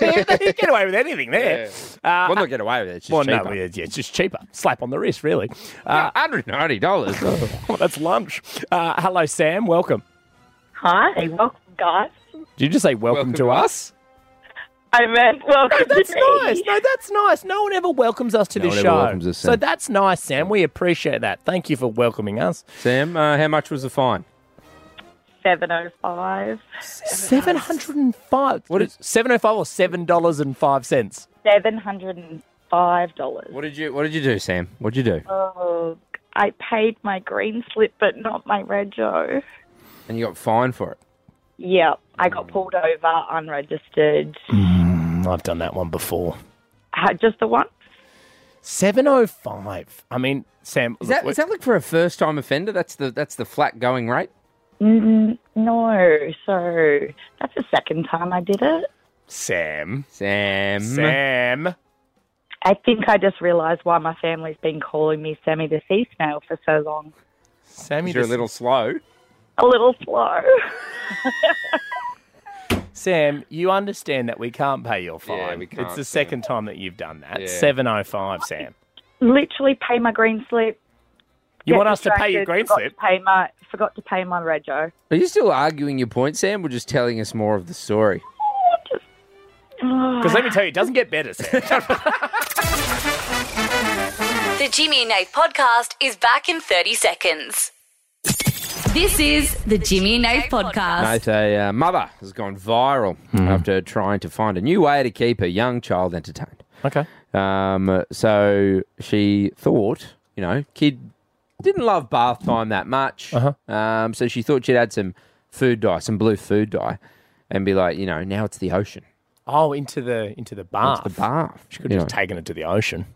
Speaker 3: you get away with anything there. Uh,
Speaker 4: well, not get away with it. It's just
Speaker 3: well,
Speaker 4: cheaper.
Speaker 3: no, yeah, yeah, it's just cheaper. Slap on the wrist, really. Uh,
Speaker 4: Hundred ninety dollars.
Speaker 3: that's lunch. Uh, hello, Sam. Welcome.
Speaker 19: Hi, welcome, guys.
Speaker 3: Did you just say welcome, to us?
Speaker 19: I meant welcome
Speaker 3: No, that's
Speaker 19: to me.
Speaker 3: nice. No, that's nice. No one ever welcomes us to
Speaker 4: No
Speaker 3: this
Speaker 4: one ever
Speaker 3: show.
Speaker 4: welcomes us,
Speaker 3: so
Speaker 4: Sam.
Speaker 3: that's nice, Sam. We appreciate that. Thank you for welcoming us.
Speaker 4: Sam, uh, how much was the fine?
Speaker 19: 705.
Speaker 3: Seven hundred and five. What is seven oh five or seven dollars and five cents?
Speaker 19: $705.
Speaker 4: What did you What did you do, Sam? What did you do?
Speaker 19: Oh, I paid my green slip, but not my rego.
Speaker 4: And you got fined for it.
Speaker 19: Yep, I
Speaker 4: Mm.
Speaker 19: got pulled over unregistered.
Speaker 3: I've done that Mm, one before.
Speaker 19: Uh, Just the one?
Speaker 3: Seven oh five. I mean, Sam.
Speaker 4: Is that, is that like for a first time offender? That's the that's the flat going rate.
Speaker 19: Mm, no, so that's the second time I did it.
Speaker 3: Sam.
Speaker 4: Sam.
Speaker 3: Sam.
Speaker 19: I think I just realised why my family's been calling me Sammy the Sea Snail for so long.
Speaker 3: Sammy,
Speaker 4: you're a
Speaker 3: this-
Speaker 4: little slow.
Speaker 19: A little slow.
Speaker 3: Sam, you understand that we can't pay your fine.
Speaker 4: we can't,
Speaker 3: it's the
Speaker 4: Sam.
Speaker 3: second time that you've done that.
Speaker 4: Yeah.
Speaker 3: Seven oh five, Sam.
Speaker 19: Literally pay my green slip.
Speaker 3: You
Speaker 19: get
Speaker 3: want us to pay your
Speaker 19: distracted,
Speaker 3: green
Speaker 19: forgot
Speaker 3: slip?
Speaker 19: To pay my, forgot to pay my rego.
Speaker 4: Are you still arguing your point, Sam, or just telling us more of the story?
Speaker 3: Because let me tell you, it doesn't get better, Sam.
Speaker 1: The Jimmy and Nate podcast is back in 30 seconds. This is the Jimmy and Nate podcast.
Speaker 4: Mate, a uh, mother has gone viral
Speaker 3: Mm-hmm.
Speaker 4: after trying to find a new way to keep her young child entertained.
Speaker 3: Okay.
Speaker 4: Um, so she thought, you know, kid didn't love bath time that much. Uh-huh. Um, so she thought she'd add some food dye, some blue food dye, and be like, you know, now it's the ocean.
Speaker 3: oh, into the into the bath.
Speaker 4: the bath.
Speaker 3: She could have
Speaker 4: You
Speaker 3: just taken it to the ocean.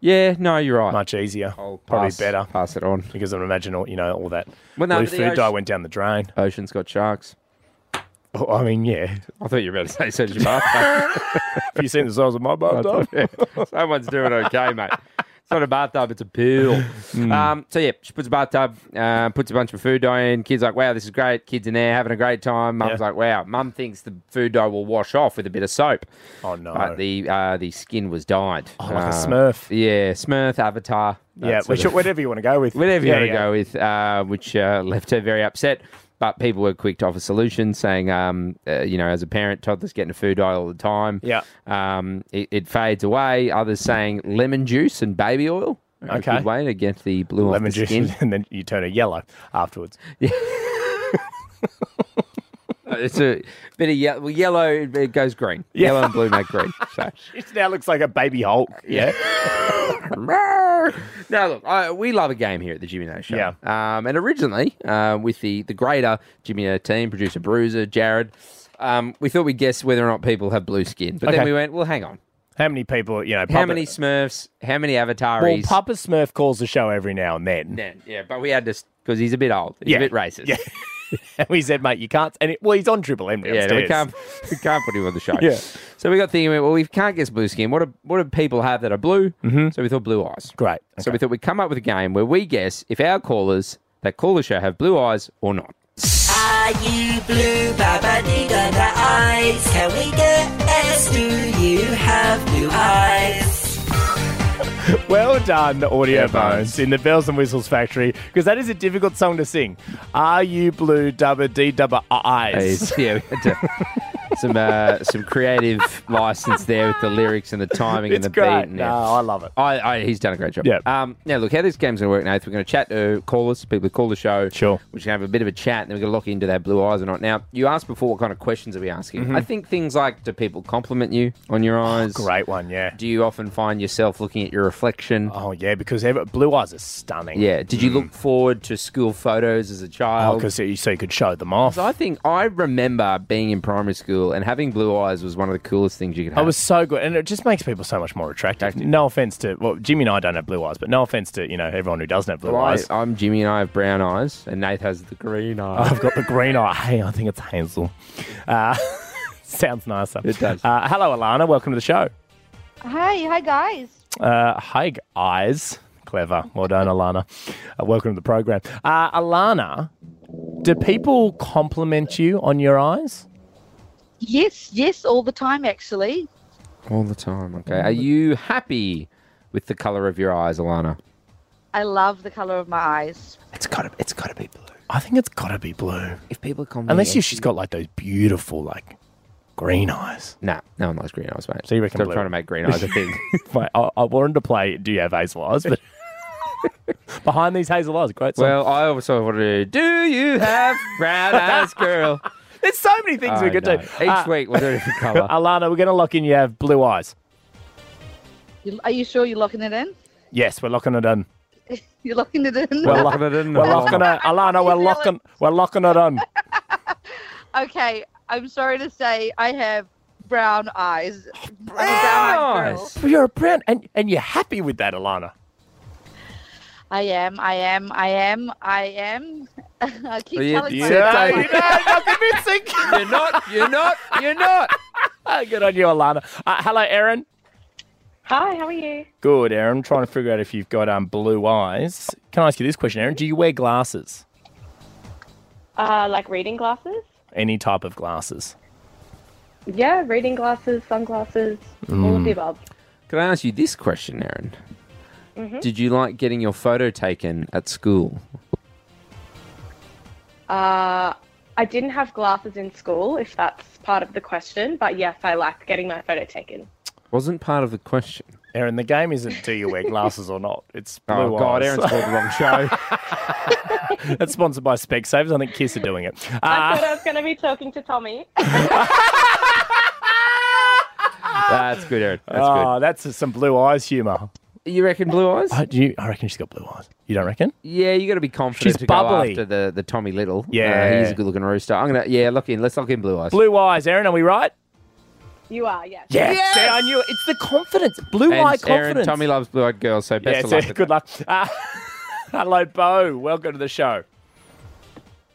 Speaker 4: Yeah, no, you're right.
Speaker 3: Much easier. Probably
Speaker 4: pass-
Speaker 3: better.
Speaker 4: Pass it on.
Speaker 3: Because I imagine all you know, all that
Speaker 4: Well, no,
Speaker 3: blue
Speaker 4: but the
Speaker 3: food dye
Speaker 4: ocean-
Speaker 3: went down the drain.
Speaker 4: Ocean's got sharks.
Speaker 3: Oh, I mean, yeah.
Speaker 4: I thought you were about to say so did your bathtub.
Speaker 3: Have you seen the size of my bathtub?
Speaker 4: Someone's doing okay, mate. It's not a bathtub, it's a pool.
Speaker 3: Hmm.
Speaker 4: um, so, yeah, she puts a bathtub, uh, puts a bunch of food dye in. Kids like, wow, this is great. Kids in there having a great time. Mum's like, wow. Mum thinks the food dye will wash off with a bit of soap.
Speaker 3: Oh, no.
Speaker 4: But the, uh, the skin was dyed. Uh,
Speaker 3: Oh, like a Smurf.
Speaker 4: Yeah, Smurf, Avatar. that
Speaker 3: yeah,
Speaker 4: sort
Speaker 3: which,
Speaker 4: of-
Speaker 3: whatever you want to go with.
Speaker 4: Whatever
Speaker 3: Yeah,
Speaker 4: you
Speaker 3: yeah.
Speaker 4: want to go with, uh, which uh, left her very upset. But people were quick to offer solutions, saying, um, uh, you know, as a parent, toddlers getting a food dye all the time.
Speaker 3: Yeah.
Speaker 4: Um, it, it fades away. Others saying lemon juice and baby oil. are a
Speaker 3: Okay.
Speaker 4: Good way to get the blue
Speaker 3: Lemon
Speaker 4: off the
Speaker 3: juice,
Speaker 4: skin.
Speaker 3: and then you turn it yellow afterwards.
Speaker 4: Yeah. it's a bit of yellow. Well, yellow, it goes green.
Speaker 3: Yeah.
Speaker 4: Yellow and blue make green. So.
Speaker 3: It now looks like a baby Hulk. Yeah.
Speaker 4: now look, I, we love a game here at the Jimmy No Show. Yeah. Um, and originally, uh, with the the greater Jimmy No team, producer Bruiser, Jared, um, we thought we'd guess whether or not people have blue skin. But then
Speaker 3: Okay.
Speaker 4: we went, well, hang on.
Speaker 3: How many people, you know,
Speaker 4: How
Speaker 3: Papa-
Speaker 4: many Smurfs? How many
Speaker 3: Well,
Speaker 4: Avataris?
Speaker 3: Papa Smurf calls the show every now and then.
Speaker 4: Then, yeah, but we had to because he's a bit old. He's
Speaker 3: Yeah.
Speaker 4: a bit racist.
Speaker 3: Yeah. and we said, mate, you can't. And it, well, he's on Triple M.
Speaker 4: Yeah, no, we
Speaker 3: downstairs.
Speaker 4: can't we can't put him on the show.
Speaker 3: Yeah.
Speaker 4: So we got thinking, well, we can't guess blue skin. What do, what do people have that are blue? Mm-hmm. So we thought blue eyes.
Speaker 3: Great.
Speaker 4: So we thought we'd come up with a game where we guess if our callers that call the show have blue eyes or not.
Speaker 6: Are you blue, Baba Diga the eyes? Can we guess? Do you have blue eyes?
Speaker 3: Well done, the Audio
Speaker 4: Yeah,
Speaker 3: Bones. in the Bells and Whistles Factory, because that is a difficult song to sing. Are you blue, dubba, D, dubba, uh, eyes?
Speaker 4: Eyes, yeah, we had to- some uh, some creative license there with the lyrics and the timing
Speaker 3: It's
Speaker 4: and the
Speaker 3: great.
Speaker 4: beat. and- yeah.
Speaker 3: No, I love it.
Speaker 4: I, I, he's done a great job.
Speaker 3: Yeah.
Speaker 4: Um, now, look, how this game's going to work, Nath, we're going to chat to callers, people who call the show. Sure. We're just going to have a bit of a chat, and then we're going to look into their blue eyes or not. Now, you asked before what kind of questions are we asking.
Speaker 3: Mhm.
Speaker 4: I think things like, do people compliment you on your eyes?
Speaker 3: Oh, great one, yeah.
Speaker 4: Do you often find yourself looking at your reflection?
Speaker 3: Oh, yeah, because ever, blue eyes are stunning.
Speaker 4: Yeah. Did you look forward to school photos as a child?
Speaker 3: because so Mm. Oh, you could show them off.
Speaker 4: 'Cause I think I remember being in primary school and having blue eyes was one of the coolest things you could
Speaker 3: I
Speaker 4: have.
Speaker 3: was so good, and it just makes people so much more attractive. No offense to well, Jimmy and I don't have blue eyes, but no offense to you know everyone who doesn't have blue
Speaker 4: Well, I,
Speaker 3: eyes.
Speaker 4: I'm Jimmy and I have brown eyes, and Nath has the green eye.
Speaker 3: I've got the green eye. Hey, I think it's Hazel. Uh, sounds nicer. It does. Uh, hello, Alana. Welcome to the show.
Speaker 20: Hi, hi guys.
Speaker 3: Uh, hi, g- eyes. Clever. Well done, Alana. Uh, welcome to the program. Uh, Alana, do people compliment you on your eyes?
Speaker 20: Yes, yes, all the time actually.
Speaker 4: All the time. Okay. Are you happy with the color of your eyes, Alana?
Speaker 20: I love the color of my eyes.
Speaker 3: It's gotta, it's gotta be blue. I think it's gotta be blue.
Speaker 4: If people compliment,
Speaker 3: unless you,
Speaker 4: you-
Speaker 3: she's got like those beautiful like green eyes.
Speaker 4: Nah, Ah, no one likes green eyes, mate.
Speaker 3: So you reckon
Speaker 4: Stop
Speaker 3: blue.
Speaker 4: trying to make green eyes a thing.
Speaker 3: Wait, I, I wanted to play Do You Have Hazel Eyes? But behind these hazel eyes, great song.
Speaker 4: well, I also wanted to do you have brown eyes, girl?
Speaker 3: There's so many things we
Speaker 4: I
Speaker 3: could
Speaker 4: know.
Speaker 3: do.
Speaker 4: Each
Speaker 3: Uh,
Speaker 4: week we'll do a different colour.
Speaker 3: Alana, we're going to lock in You Have Blue Eyes.
Speaker 20: You, are you sure you're locking it in?
Speaker 3: Yes, we're locking it in.
Speaker 20: You're locking it in.
Speaker 3: We're locking it in. We're locking it. Alana, we're locking, we're locking it in.
Speaker 20: okay, I'm sorry to say I have brown eyes. I'm a
Speaker 3: Oh,
Speaker 20: brown-eyed girl.
Speaker 3: Well, You're a brown, and, and you're happy with that, Alana.
Speaker 20: I am. I am. I am. I am. I keep
Speaker 3: Well, you-
Speaker 20: telling
Speaker 3: you
Speaker 20: myself.
Speaker 3: don't- you're not, you're not, you're not. Good on you, Alana. Uh, hello, Erin.
Speaker 21: Hi, how are you?
Speaker 3: Good, Erin. Trying to figure out if you've got um, blue eyes. Can I ask you this question, Erin? Do you wear glasses?
Speaker 21: Uh, like reading glasses?
Speaker 3: Any type of glasses?
Speaker 21: Yeah, reading glasses, sunglasses, all of the above.
Speaker 4: Can I ask you this question, Aaron?
Speaker 21: Mhm.
Speaker 4: Did you like getting your photo taken at school?
Speaker 21: Uh, I didn't have glasses in school, if that's part of the question, but yes, I liked getting my photo taken.
Speaker 4: Wasn't part of the question.
Speaker 3: Erin, the game isn't do you wear glasses or not. It's blue
Speaker 4: Oh, God,
Speaker 3: eyes.
Speaker 4: Erin's called the wrong
Speaker 3: show. That's sponsored by Specsavers. I think Kiss are doing it.
Speaker 21: I
Speaker 3: Uh,
Speaker 21: thought I was going to be talking to Tommy.
Speaker 4: That's good, Aaron. That's
Speaker 3: Uh, oh, that's some blue eyes humour.
Speaker 4: You reckon blue eyes?
Speaker 3: I, do you, I reckon she's got blue eyes. You don't reckon?
Speaker 4: Yeah, you got to be confident
Speaker 3: She's
Speaker 4: to
Speaker 3: bubbly.
Speaker 4: go after the, the Tommy Little.
Speaker 3: Yeah.
Speaker 4: Uh, he's a good looking rooster. I'm gonna yeah, lock in. Let's lock in blue eyes.
Speaker 3: Blue eyes, Erin. Are we right?
Speaker 21: you are, yes.
Speaker 3: Yeah. See, I knew it. It's the confidence. Blue
Speaker 4: and
Speaker 3: eye
Speaker 4: Aaron,
Speaker 3: confidence.
Speaker 4: Tommy loves blue eyed girls, so best
Speaker 3: yeah,
Speaker 4: of
Speaker 3: so
Speaker 4: luck. with
Speaker 3: good luck. Uh, hello, Bo. Welcome to the show.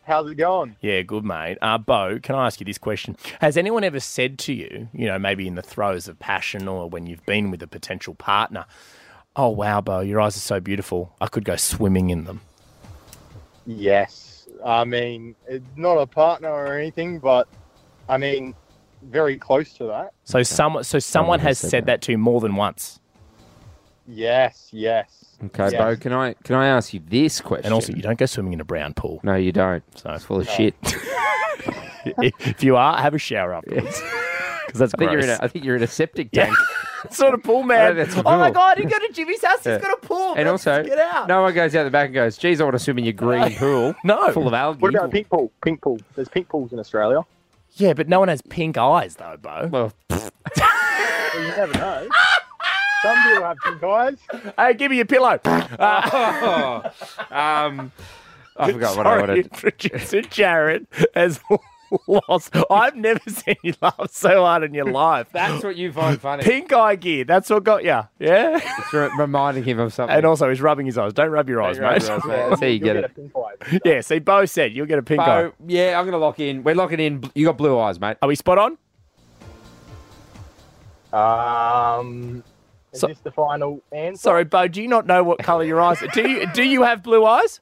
Speaker 22: How's it going?
Speaker 3: Yeah, good, mate. Uh, Bo, can I ask you this question? Has anyone ever said to you, you know, maybe in the throes of passion or when you've been with a potential partner, Oh, wow, Bo, your eyes are so beautiful. I could go swimming in them.
Speaker 22: Yes. I mean, it's not a partner or anything, but I mean, very close to that.
Speaker 3: So, someone, so someone has said that to you more than once.
Speaker 22: Yes, yes.
Speaker 4: Okay,
Speaker 22: yes.
Speaker 4: Bo, can I can I ask you this question? And
Speaker 3: also, you don't go swimming in a brown pool.
Speaker 4: No, you don't. So it's full of shit.
Speaker 3: if you are, have a shower afterwards. Because that's
Speaker 4: I think, you're in a,
Speaker 3: gross.
Speaker 4: I think you're in a septic tank.
Speaker 3: It's not a pool,
Speaker 4: I
Speaker 3: man.
Speaker 4: think that's a
Speaker 3: Oh, my
Speaker 4: pool.
Speaker 3: God, you go to Jimmy's house,
Speaker 4: Yeah.
Speaker 3: he's got a pool.
Speaker 4: and
Speaker 3: Let's
Speaker 4: also,
Speaker 3: get out.
Speaker 4: no one goes out the back and goes, "Geez, I want to swim in your green pool,
Speaker 3: no,
Speaker 4: full of algae."
Speaker 22: What about pink pool? Pink pool. There's pink pools in Australia.
Speaker 3: Yeah, but no one has pink eyes, though, Bo.
Speaker 4: Well,
Speaker 22: Well, you never know. Some people have pink eyes.
Speaker 3: hey, give me your pillow.
Speaker 4: Uh, um, I forgot what I
Speaker 3: Sorry,
Speaker 4: wanted.
Speaker 3: Producer Jared has lost. I've never seen you laugh so hard in your life.
Speaker 4: That's what you find funny.
Speaker 3: Pink eye gear. That's what got you. Yeah.
Speaker 4: It's re- reminding him of something.
Speaker 3: And also, he's rubbing his eyes. Don't rub your eyes,
Speaker 4: Don't rub
Speaker 3: mate.
Speaker 4: your eyes, mate. That's how you You'll get get it. a
Speaker 3: yeah. See, Bo said you'll get a pink eye.
Speaker 4: Bo, yeah, I'm going to lock in. We're locking in. You got blue eyes, mate.
Speaker 3: Are we spot on?
Speaker 22: Um, is this the final answer?
Speaker 3: Sorry, Bo. Do you not know what colour your eyes are? Do you? Do you have blue eyes?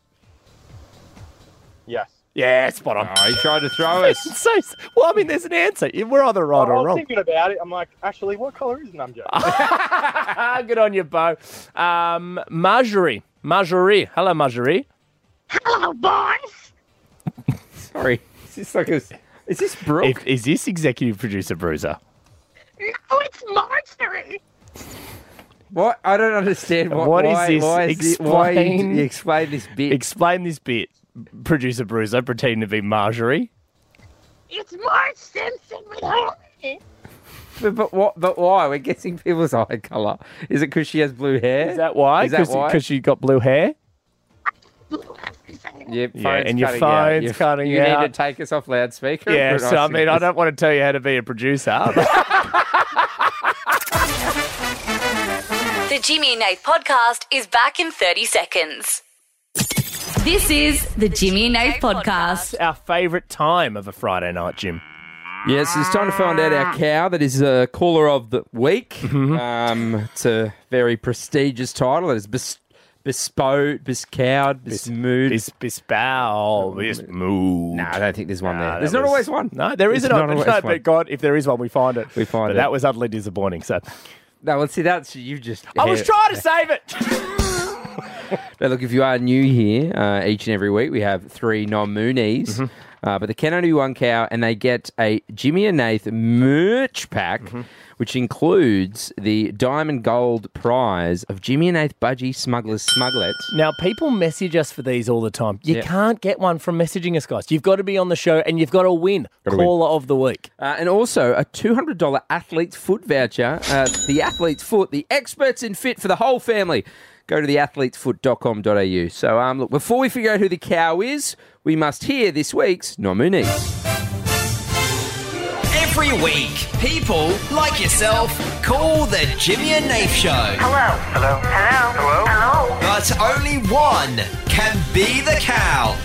Speaker 22: Yes.
Speaker 3: Yeah, spot on.
Speaker 4: Oh, he tried to throw us.
Speaker 3: so, well, I mean, there's an answer. We're either
Speaker 22: Oh, I
Speaker 3: right or
Speaker 22: was
Speaker 3: wrong.
Speaker 22: thinking about it. I'm like, actually, what colour is Numjo?
Speaker 3: Ah, Good on you, Bo. Um, Marjorie. Marjorie. Hello, Marjorie.
Speaker 6: Hello, boys.
Speaker 4: Sorry. Is this like a? Is this Brooke?
Speaker 3: If, is this executive producer Bruiser?
Speaker 6: No, it's Marjorie.
Speaker 4: What? I don't understand. What,
Speaker 3: what is
Speaker 4: why-
Speaker 3: this?
Speaker 4: Why is it- why you-
Speaker 3: explain.
Speaker 4: you explain this bit.
Speaker 3: Explain this bit, producer Bruiser, pretending to be Marjorie.
Speaker 6: It's Marge Simpson with her.
Speaker 4: But, but what? But why? We're guessing people's eye color. Is it because she has blue hair?
Speaker 3: Is that why?
Speaker 4: Is that why?
Speaker 3: Because she got blue hair.
Speaker 4: Your
Speaker 3: Yeah,
Speaker 4: phone's
Speaker 3: and your
Speaker 4: cutting
Speaker 3: phone's
Speaker 4: out. Your-
Speaker 3: cutting
Speaker 4: you
Speaker 3: out.
Speaker 4: need to take us off loudspeaker.
Speaker 3: Yeah,
Speaker 4: Put
Speaker 3: so I
Speaker 4: us
Speaker 3: mean,
Speaker 4: in-
Speaker 3: I don't want to tell you how to be a producer.
Speaker 1: The Jimmy and Nate podcast is back in 30 seconds.
Speaker 3: this is the Jimmy and Nate podcast. Our favourite time of a Friday night, Jim.
Speaker 4: Yes, it's time to find out our cow that is a caller of the week.
Speaker 3: Mm-hmm.
Speaker 4: Um, it's a very prestigious title. It is bes- bespoke, bescowed, besmood. Bes-
Speaker 3: besbow, besmood.
Speaker 4: No, I don't think there's one there.
Speaker 3: that
Speaker 4: There's not
Speaker 3: was-
Speaker 4: always one.
Speaker 3: No, there
Speaker 4: There's
Speaker 3: isn't.
Speaker 4: not
Speaker 3: No,
Speaker 4: always
Speaker 3: no,
Speaker 4: one.
Speaker 3: but God, if there is one, we find it. We
Speaker 4: find
Speaker 3: but
Speaker 4: it.
Speaker 3: That was utterly disappointing. So
Speaker 4: No, well, see, that's you just.
Speaker 3: I was trying to save it.
Speaker 4: Now, look, if you are new here, uh, each and every week we have three non-moonies, uh, but there can only be one cow, and they get a Jimmy and Nath merch pack, which includes the diamond gold prize of Jimmy and Nath Budgie Smugglers Smugglets.
Speaker 3: Now, people message us for these all the time. You
Speaker 4: Yeah.
Speaker 3: can't get one from messaging us, guys. You've got to be on the show and you've got to win
Speaker 4: Gotta win.
Speaker 3: caller of the week.
Speaker 4: Uh, and also a $200 athlete's foot voucher. Uh, the athlete's foot, the experts in fit for the whole family. Go to theathletesfoot.com.au. So, um, look, before we figure out who the cow is, we must hear this week's non-moonies.
Speaker 7: Every week, people like yourself call the Jimmy and Nath Show. Hello. Hello. Hello. Hello. Hello. But only one can be the cow.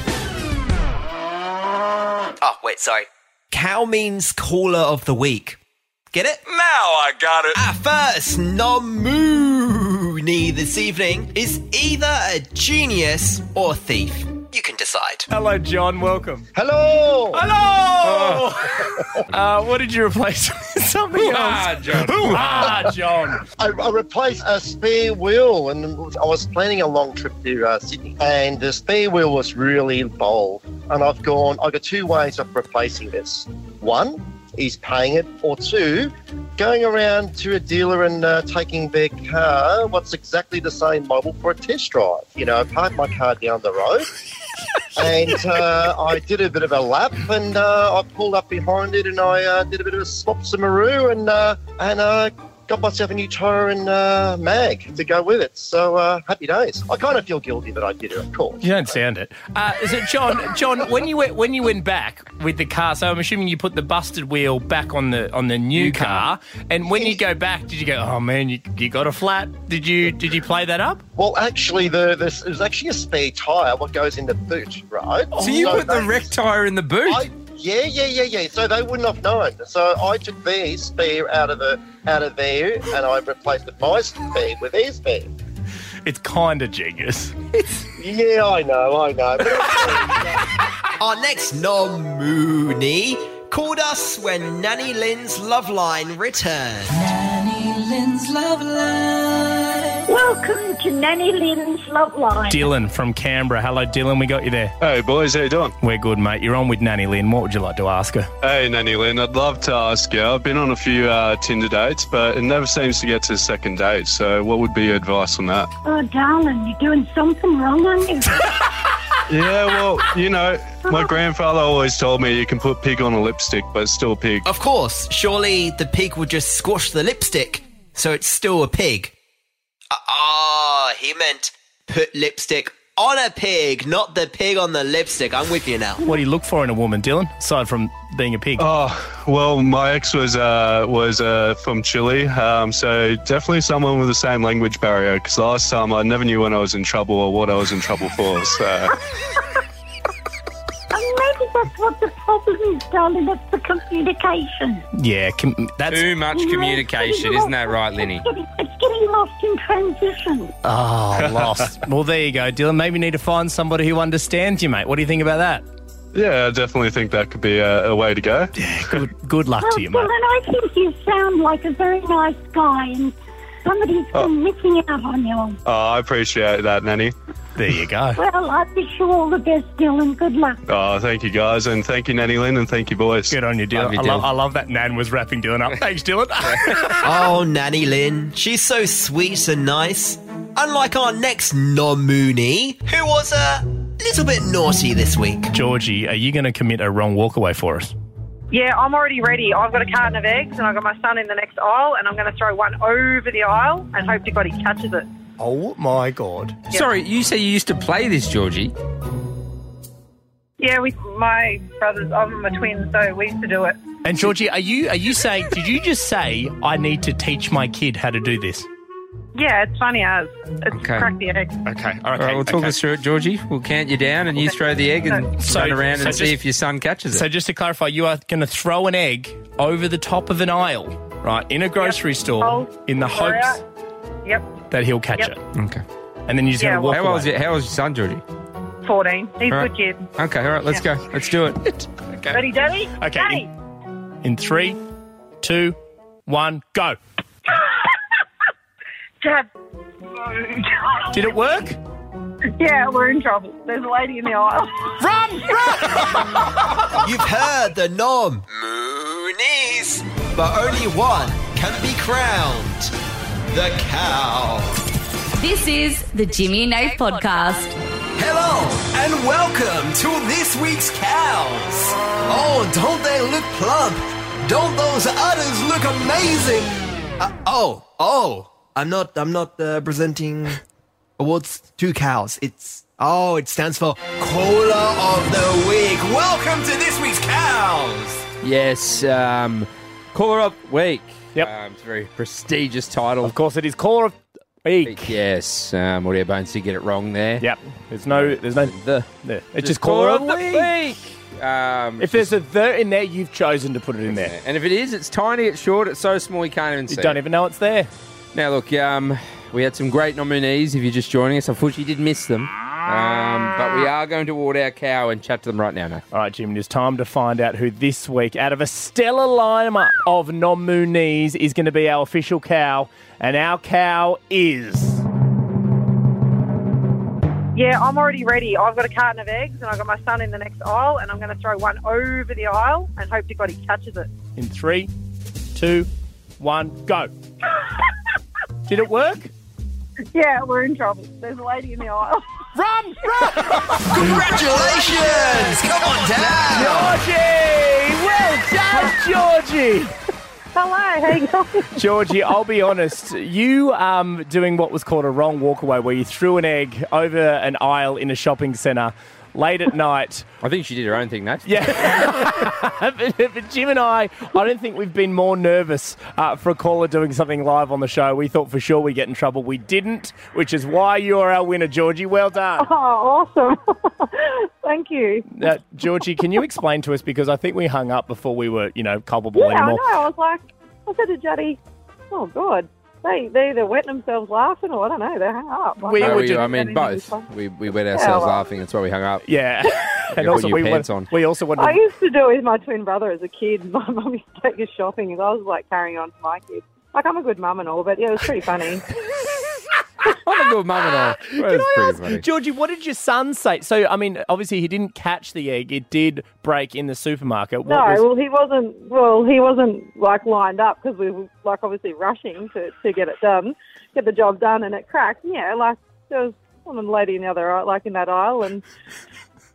Speaker 7: Oh, wait, sorry. Cow means caller of the week. Get it? Now I got it. Our first nominee this evening is either a genius or thief. You can decide.
Speaker 3: Hello, John. Welcome.
Speaker 22: Hello.
Speaker 3: Hello. uh, what did you replace with something else?
Speaker 22: Hoo-ha, John.
Speaker 3: Hoo-ha, John.
Speaker 2: I, I replaced a spare wheel, and I was planning a long trip to uh, Sydney, and the spare wheel was really bold. And I've gone, I've got two ways of replacing this. One is paying it, or two, going around to a dealer and uh, taking their car, what's exactly the same model, for a test drive. You know, I parked my car down the road. and uh, I did a bit of a lap, and uh, I pulled up behind it, and I uh, did a bit of a swap Sumaru, and uh, and uh, got myself a new tyre and uh, mag to go with it. So uh, happy days. I kind of feel guilty that I did it, of course.
Speaker 3: You don't sound it. Uh, so, John, John, when you went when you went back with the car, so I'm assuming you put the busted wheel back on the on the new, car, and when you go back, did you go? Oh man, you, you got a flat. Did you did you play that up?
Speaker 2: Well, actually, the this is actually a spare tyre. What goes in the boot, right?
Speaker 4: So you put the
Speaker 2: they-
Speaker 4: wreck tyre in the boot?
Speaker 2: I, yeah, yeah, yeah, yeah. So they wouldn't have known. So I took their spare out of the out of there, and I replaced it my spare with their spare.
Speaker 3: It's kind of genius.
Speaker 2: yeah, I know, I know.
Speaker 7: Our next nominee called us when Nanny Lynn's love line returned.
Speaker 6: Nanny Lynn's love line.
Speaker 5: Welcome to Nanny Lynn's Love Line.
Speaker 3: Dylan from Canberra. Hello, Dylan. We got you there.
Speaker 8: Hey, boys, how you doing?
Speaker 3: We're good, mate. You're on with Nanny Lynn. What would you like to ask her?
Speaker 8: Hey, Nanny Lynn, I'd love to ask you. I've been on a few uh, Tinder dates, but it never seems to get to the second date. So, what would be your advice on that?
Speaker 5: Oh, darling, you're doing something wrong, aren't you?
Speaker 8: Yeah, well, you know, my grandfather always told me you can put pig on a lipstick, but it's still a pig.
Speaker 7: Of course, surely the pig would just squash the lipstick, so it's still a pig. Ah, he meant put lipstick on a pig, not the pig on the lipstick. I'm with you now.
Speaker 3: What do you look for in a woman, Dylan, aside from being a pig?
Speaker 8: Oh, well, my ex was uh, was uh, from Chile, um, so definitely someone with the same language barrier. Because last time I never knew when I was in trouble or what I was in trouble for. So
Speaker 5: And maybe that's what the problem is, darling. It's the communication.
Speaker 3: Yeah, com- that's
Speaker 4: too much communication, isn't that right, Linny?
Speaker 5: It's getting lost in transition.
Speaker 3: Oh, lost. well, there you go, Dylan. Maybe you need to find somebody who understands you, mate. What do you think about that?
Speaker 8: yeah, I definitely think that could be a, a way to go.
Speaker 3: Yeah, good, good luck to you,
Speaker 5: well,
Speaker 3: mate.
Speaker 5: then I think you sound like a very nice guy, and somebody's been missing out on you.
Speaker 8: Oh, I appreciate that, Nanny.
Speaker 3: There you go.
Speaker 5: Well, I wish you all the best, Dylan. Good luck.
Speaker 8: Oh, thank you guys, and thank you, Nanny Lynn, and thank you, boys.
Speaker 3: Good on you, Dylan. I, love, I love that Nan was wrapping Dylan up. Thanks, Dylan.
Speaker 7: oh, Nanny Lynn, she's so sweet and nice. Unlike our next nominee, who was a little bit naughty this week.
Speaker 3: Georgie, are you going to commit a wrong walkaway for us?
Speaker 23: Yeah, I'm already ready. I've got a carton of eggs and I've got my son in the next aisle and I'm going to throw one over the aisle and hope to God he catches it.
Speaker 3: Oh my God.
Speaker 4: Sorry, you say you used to play this, Georgie.
Speaker 23: Yeah, with my brothers, I'm a twin, so we used to do it.
Speaker 3: And Georgie, are you are you saying? did you just say I need to teach my kid how to do this?
Speaker 23: Yeah, it's funny as. It's crack the egg.
Speaker 3: Okay,
Speaker 4: All right, we'll talk us through it, Georgie. We'll count you down, and you throw the egg and
Speaker 3: So-
Speaker 4: run around
Speaker 3: so
Speaker 4: and see
Speaker 3: just-
Speaker 4: if your son catches it.
Speaker 3: So just to clarify, you are going to throw an egg over the top of an aisle, right, in a grocery store, in the
Speaker 23: Throw it
Speaker 3: hopes
Speaker 23: out. Oh, Yep,
Speaker 3: that he'll catch
Speaker 23: Yep.
Speaker 3: it.
Speaker 4: Okay.
Speaker 3: And then you're just
Speaker 23: Yeah,
Speaker 3: going to walk
Speaker 4: how
Speaker 3: away.
Speaker 4: old is your, how old's your son, Georgie?
Speaker 23: 14. He's
Speaker 4: All
Speaker 23: a
Speaker 4: right.
Speaker 23: good kid.
Speaker 4: Okay, all right, let's go. Let's do it. Okay.
Speaker 23: Ready, Debbie?
Speaker 3: Okay. In three, two, one, go.
Speaker 23: Dad.
Speaker 3: Did it work?
Speaker 23: Yeah, we're in trouble. There's a lady in the aisle.
Speaker 3: Run!
Speaker 7: You've heard the nom Moonies, but only one can be crowned the cow.
Speaker 1: This is the Jimmy and Nate podcast.
Speaker 7: Hello and welcome to this week's cows. Oh, don't they look plump? Don't those udders look amazing? Uh, oh, oh, I'm not, I'm not uh, presenting awards to cows. It's oh, it stands for Caller of the Week. Welcome to this week's cows.
Speaker 4: Yes, um, caller up week. Yep. Um, it's a very prestigious title. Of
Speaker 3: course, it is caller of week.
Speaker 4: Yes, um, Audio Bones did get it wrong there.
Speaker 3: Yep. There's no, there's no
Speaker 4: the.
Speaker 3: There. It's just, caller of the week.
Speaker 4: Um,
Speaker 3: If there's a the in there, you've chosen to put it in there.
Speaker 4: And if it is, it's tiny, it's short, it's so small you can't even
Speaker 3: You
Speaker 4: see.
Speaker 3: don't
Speaker 4: it.
Speaker 3: even know it's there.
Speaker 4: Now, look, um, we had some great nominees. If you're just joining us, unfortunately, you did miss them. Um, but we are going to award our cow and chat to them right now, Nath.
Speaker 3: Ah. All right, Jim, it is time to find out who this week, out of a stellar lineup of nominees, is going to be our official cow. And our cow is.
Speaker 23: Yeah, I'm already ready. I've got a carton of eggs and I've got my son in the next aisle and I'm going to throw one over the aisle and hope to God he catches it.
Speaker 3: In three, two, one, go. Did it work?
Speaker 23: Yeah, we're in trouble. There's a lady in the aisle.
Speaker 3: Run!
Speaker 7: Congratulations! Come on down,
Speaker 3: Georgie! Well done, Georgie!
Speaker 23: Hello, how you going?
Speaker 3: Georgie, I'll be honest. You um, doing what was called a wrong walkaway, where you threw an egg over an aisle in a shopping centre late at night.
Speaker 4: I think she did her own thing, Nat.
Speaker 3: Yeah. but, but Jim and I, I don't think we've been more nervous uh, for a caller doing something live on the show. We thought for sure we'd get in trouble. We didn't, which is why you're our winner, Georgie. Well done.
Speaker 23: Oh, awesome. Thank you.
Speaker 3: Uh, Georgie, can you explain to us because I think we hung up before we were, you know, culpable
Speaker 23: Yeah, I know.
Speaker 3: anymore.
Speaker 23: I was like, I said to Juddy, oh, God, They, they either wet themselves laughing or I don't know, they hang up.
Speaker 4: We
Speaker 23: don't
Speaker 4: no,
Speaker 23: know.
Speaker 4: we, I mean, both. We, we wet ourselves
Speaker 23: well.
Speaker 4: laughing. That's why we hung up.
Speaker 3: Yeah.
Speaker 4: and also, your we pants on.
Speaker 3: We also
Speaker 4: wanted.
Speaker 23: I used to do it with my twin brother as a kid. My mum used to take us shopping and I was like carrying on to my kids. Like, I'm a good mum and all, but yeah, it was pretty funny.
Speaker 4: I'm a good mum and all. That was pretty funny.
Speaker 3: Georgie, what did your son say? So, I mean, obviously he didn't catch the egg. It did break in the supermarket. What
Speaker 23: no,
Speaker 3: was-
Speaker 23: well, he wasn't. Well, he wasn't like lined up because we were like obviously rushing to, to get it done, get the job done, and it cracked. Yeah, like there was one lady in the other aisle, like in that aisle, and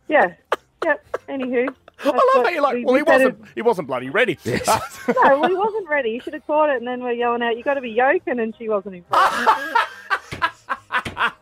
Speaker 23: yeah, yep. Anywho,
Speaker 3: I love how you're like, well, he wasn't, he wasn't bloody ready. Uh,
Speaker 23: No, well, he wasn't ready. He should have caught it, and then we're yelling out, "You got to be yoking," and she wasn't
Speaker 3: Ah!
Speaker 23: impressed.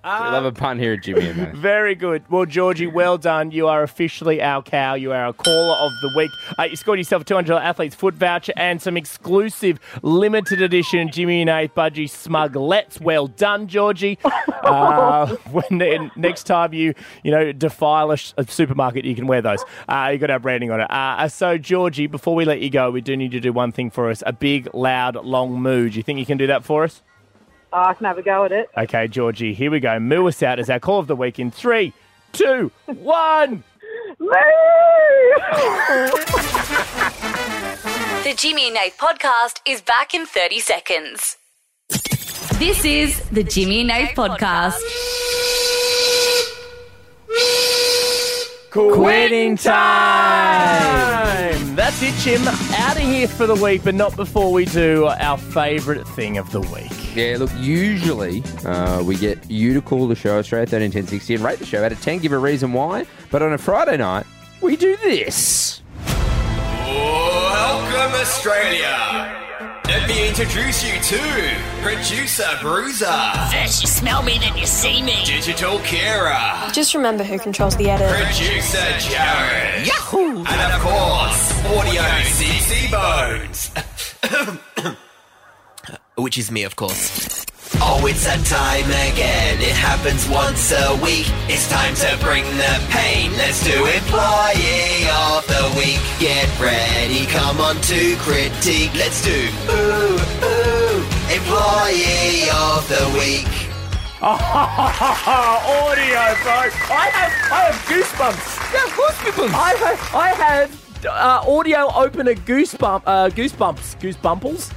Speaker 4: We love a pun here at Jimmy and Matt.
Speaker 3: Very good. Well, Georgie, well done. You are officially our cow. You are our caller of the week. Uh, you scored yourself a $200 athlete's foot voucher and some exclusive limited edition Jimmy and A Budgie Smuglets. Well done, Georgie. Uh, when the, next time you you know defile a, sh- a supermarket, you can wear those. Uh, you got our branding on it. Uh, so, Georgie, before we let you go, we do need you to do one thing for us: a big, loud, long moo. Do you think you can do that for us?
Speaker 23: oh, I can have a go at it.
Speaker 3: Okay, Georgie, here we go. Moo us out as our call of the week in three, two, one.
Speaker 1: The Jimmy and Nate podcast is back in 30 seconds. This is the Jimmy and Nate podcast.
Speaker 3: Quitting time! That's it, Jim. Out of here for the week, but not before we do our favourite thing of the week.
Speaker 4: Yeah, look, usually uh, we get you to call the show straight at 13, 10, 60 and rate the show out of 10, give a reason why. But on a Friday night, we do this.
Speaker 7: Welcome, Australia. Let me introduce you to producer Bruiser,
Speaker 9: First you smell me, then you see me.
Speaker 7: digital Kira,
Speaker 9: Just remember who controls the edit.
Speaker 7: producer Jared, Yahoo, and of course, audio CC Bones. Which is me, of course. Oh, it's that time again. It happens once a week. It's time to bring the pain. Let's do employee of the week. Get ready. Come on to critique. Let's do ooh ooh employee of the week.
Speaker 3: audio, bro. I have, I have goosebumps. Yeah, goosebumps. I have, I have uh, audio opener goosebump, uh, goosebumps, goosebumples.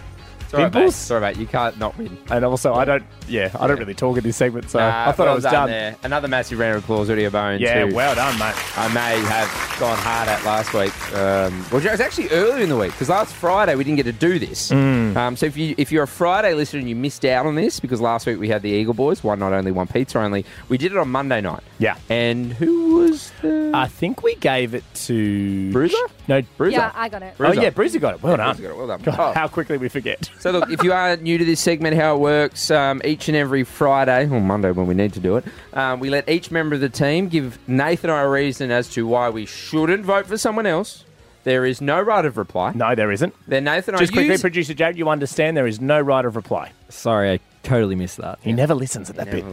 Speaker 4: Sorry, mate.
Speaker 3: Pimples?
Speaker 4: Sorry, mate. You can't not win.
Speaker 3: And also, I don't, yeah, I don't really talk in this segment, so
Speaker 4: Nah,
Speaker 3: I thought
Speaker 4: well
Speaker 3: I was done.
Speaker 4: There. Another massive round of applause, Audio Bones.
Speaker 3: Yeah,
Speaker 4: who
Speaker 3: well done, mate.
Speaker 4: I may have gone hard at last week. Um, well, it was actually earlier in the week because last Friday we didn't get to do this.
Speaker 3: Hmm.
Speaker 4: Um, so if you if you're a Friday listener and you missed out on this because last week we had the Eagle Boys, one not only, one pizza only. We did it on Monday night.
Speaker 3: Yeah.
Speaker 4: And who was the?
Speaker 3: I think we gave it to Bruiser. No, Bruiser.
Speaker 10: Yeah, I got it.
Speaker 3: Oh yeah, Bruiser got it. Well
Speaker 4: Yeah,
Speaker 3: done.
Speaker 4: Bruiser got it. Well done.
Speaker 3: God,
Speaker 4: Oh.
Speaker 3: How quickly we forget.
Speaker 4: So look, if you are new to this segment, how it works, um, each and every Friday, or Monday when we need to do it, um, we let each member of the team give Nathan and I a reason as to why we shouldn't vote for someone else. There is no right of reply.
Speaker 3: No, there isn't.
Speaker 4: Then Nathan and
Speaker 3: Just
Speaker 4: I
Speaker 3: quickly,
Speaker 4: use...
Speaker 3: producer Jared, you understand there is no right of reply.
Speaker 11: Sorry, I totally missed that.
Speaker 3: He never listens at that bit.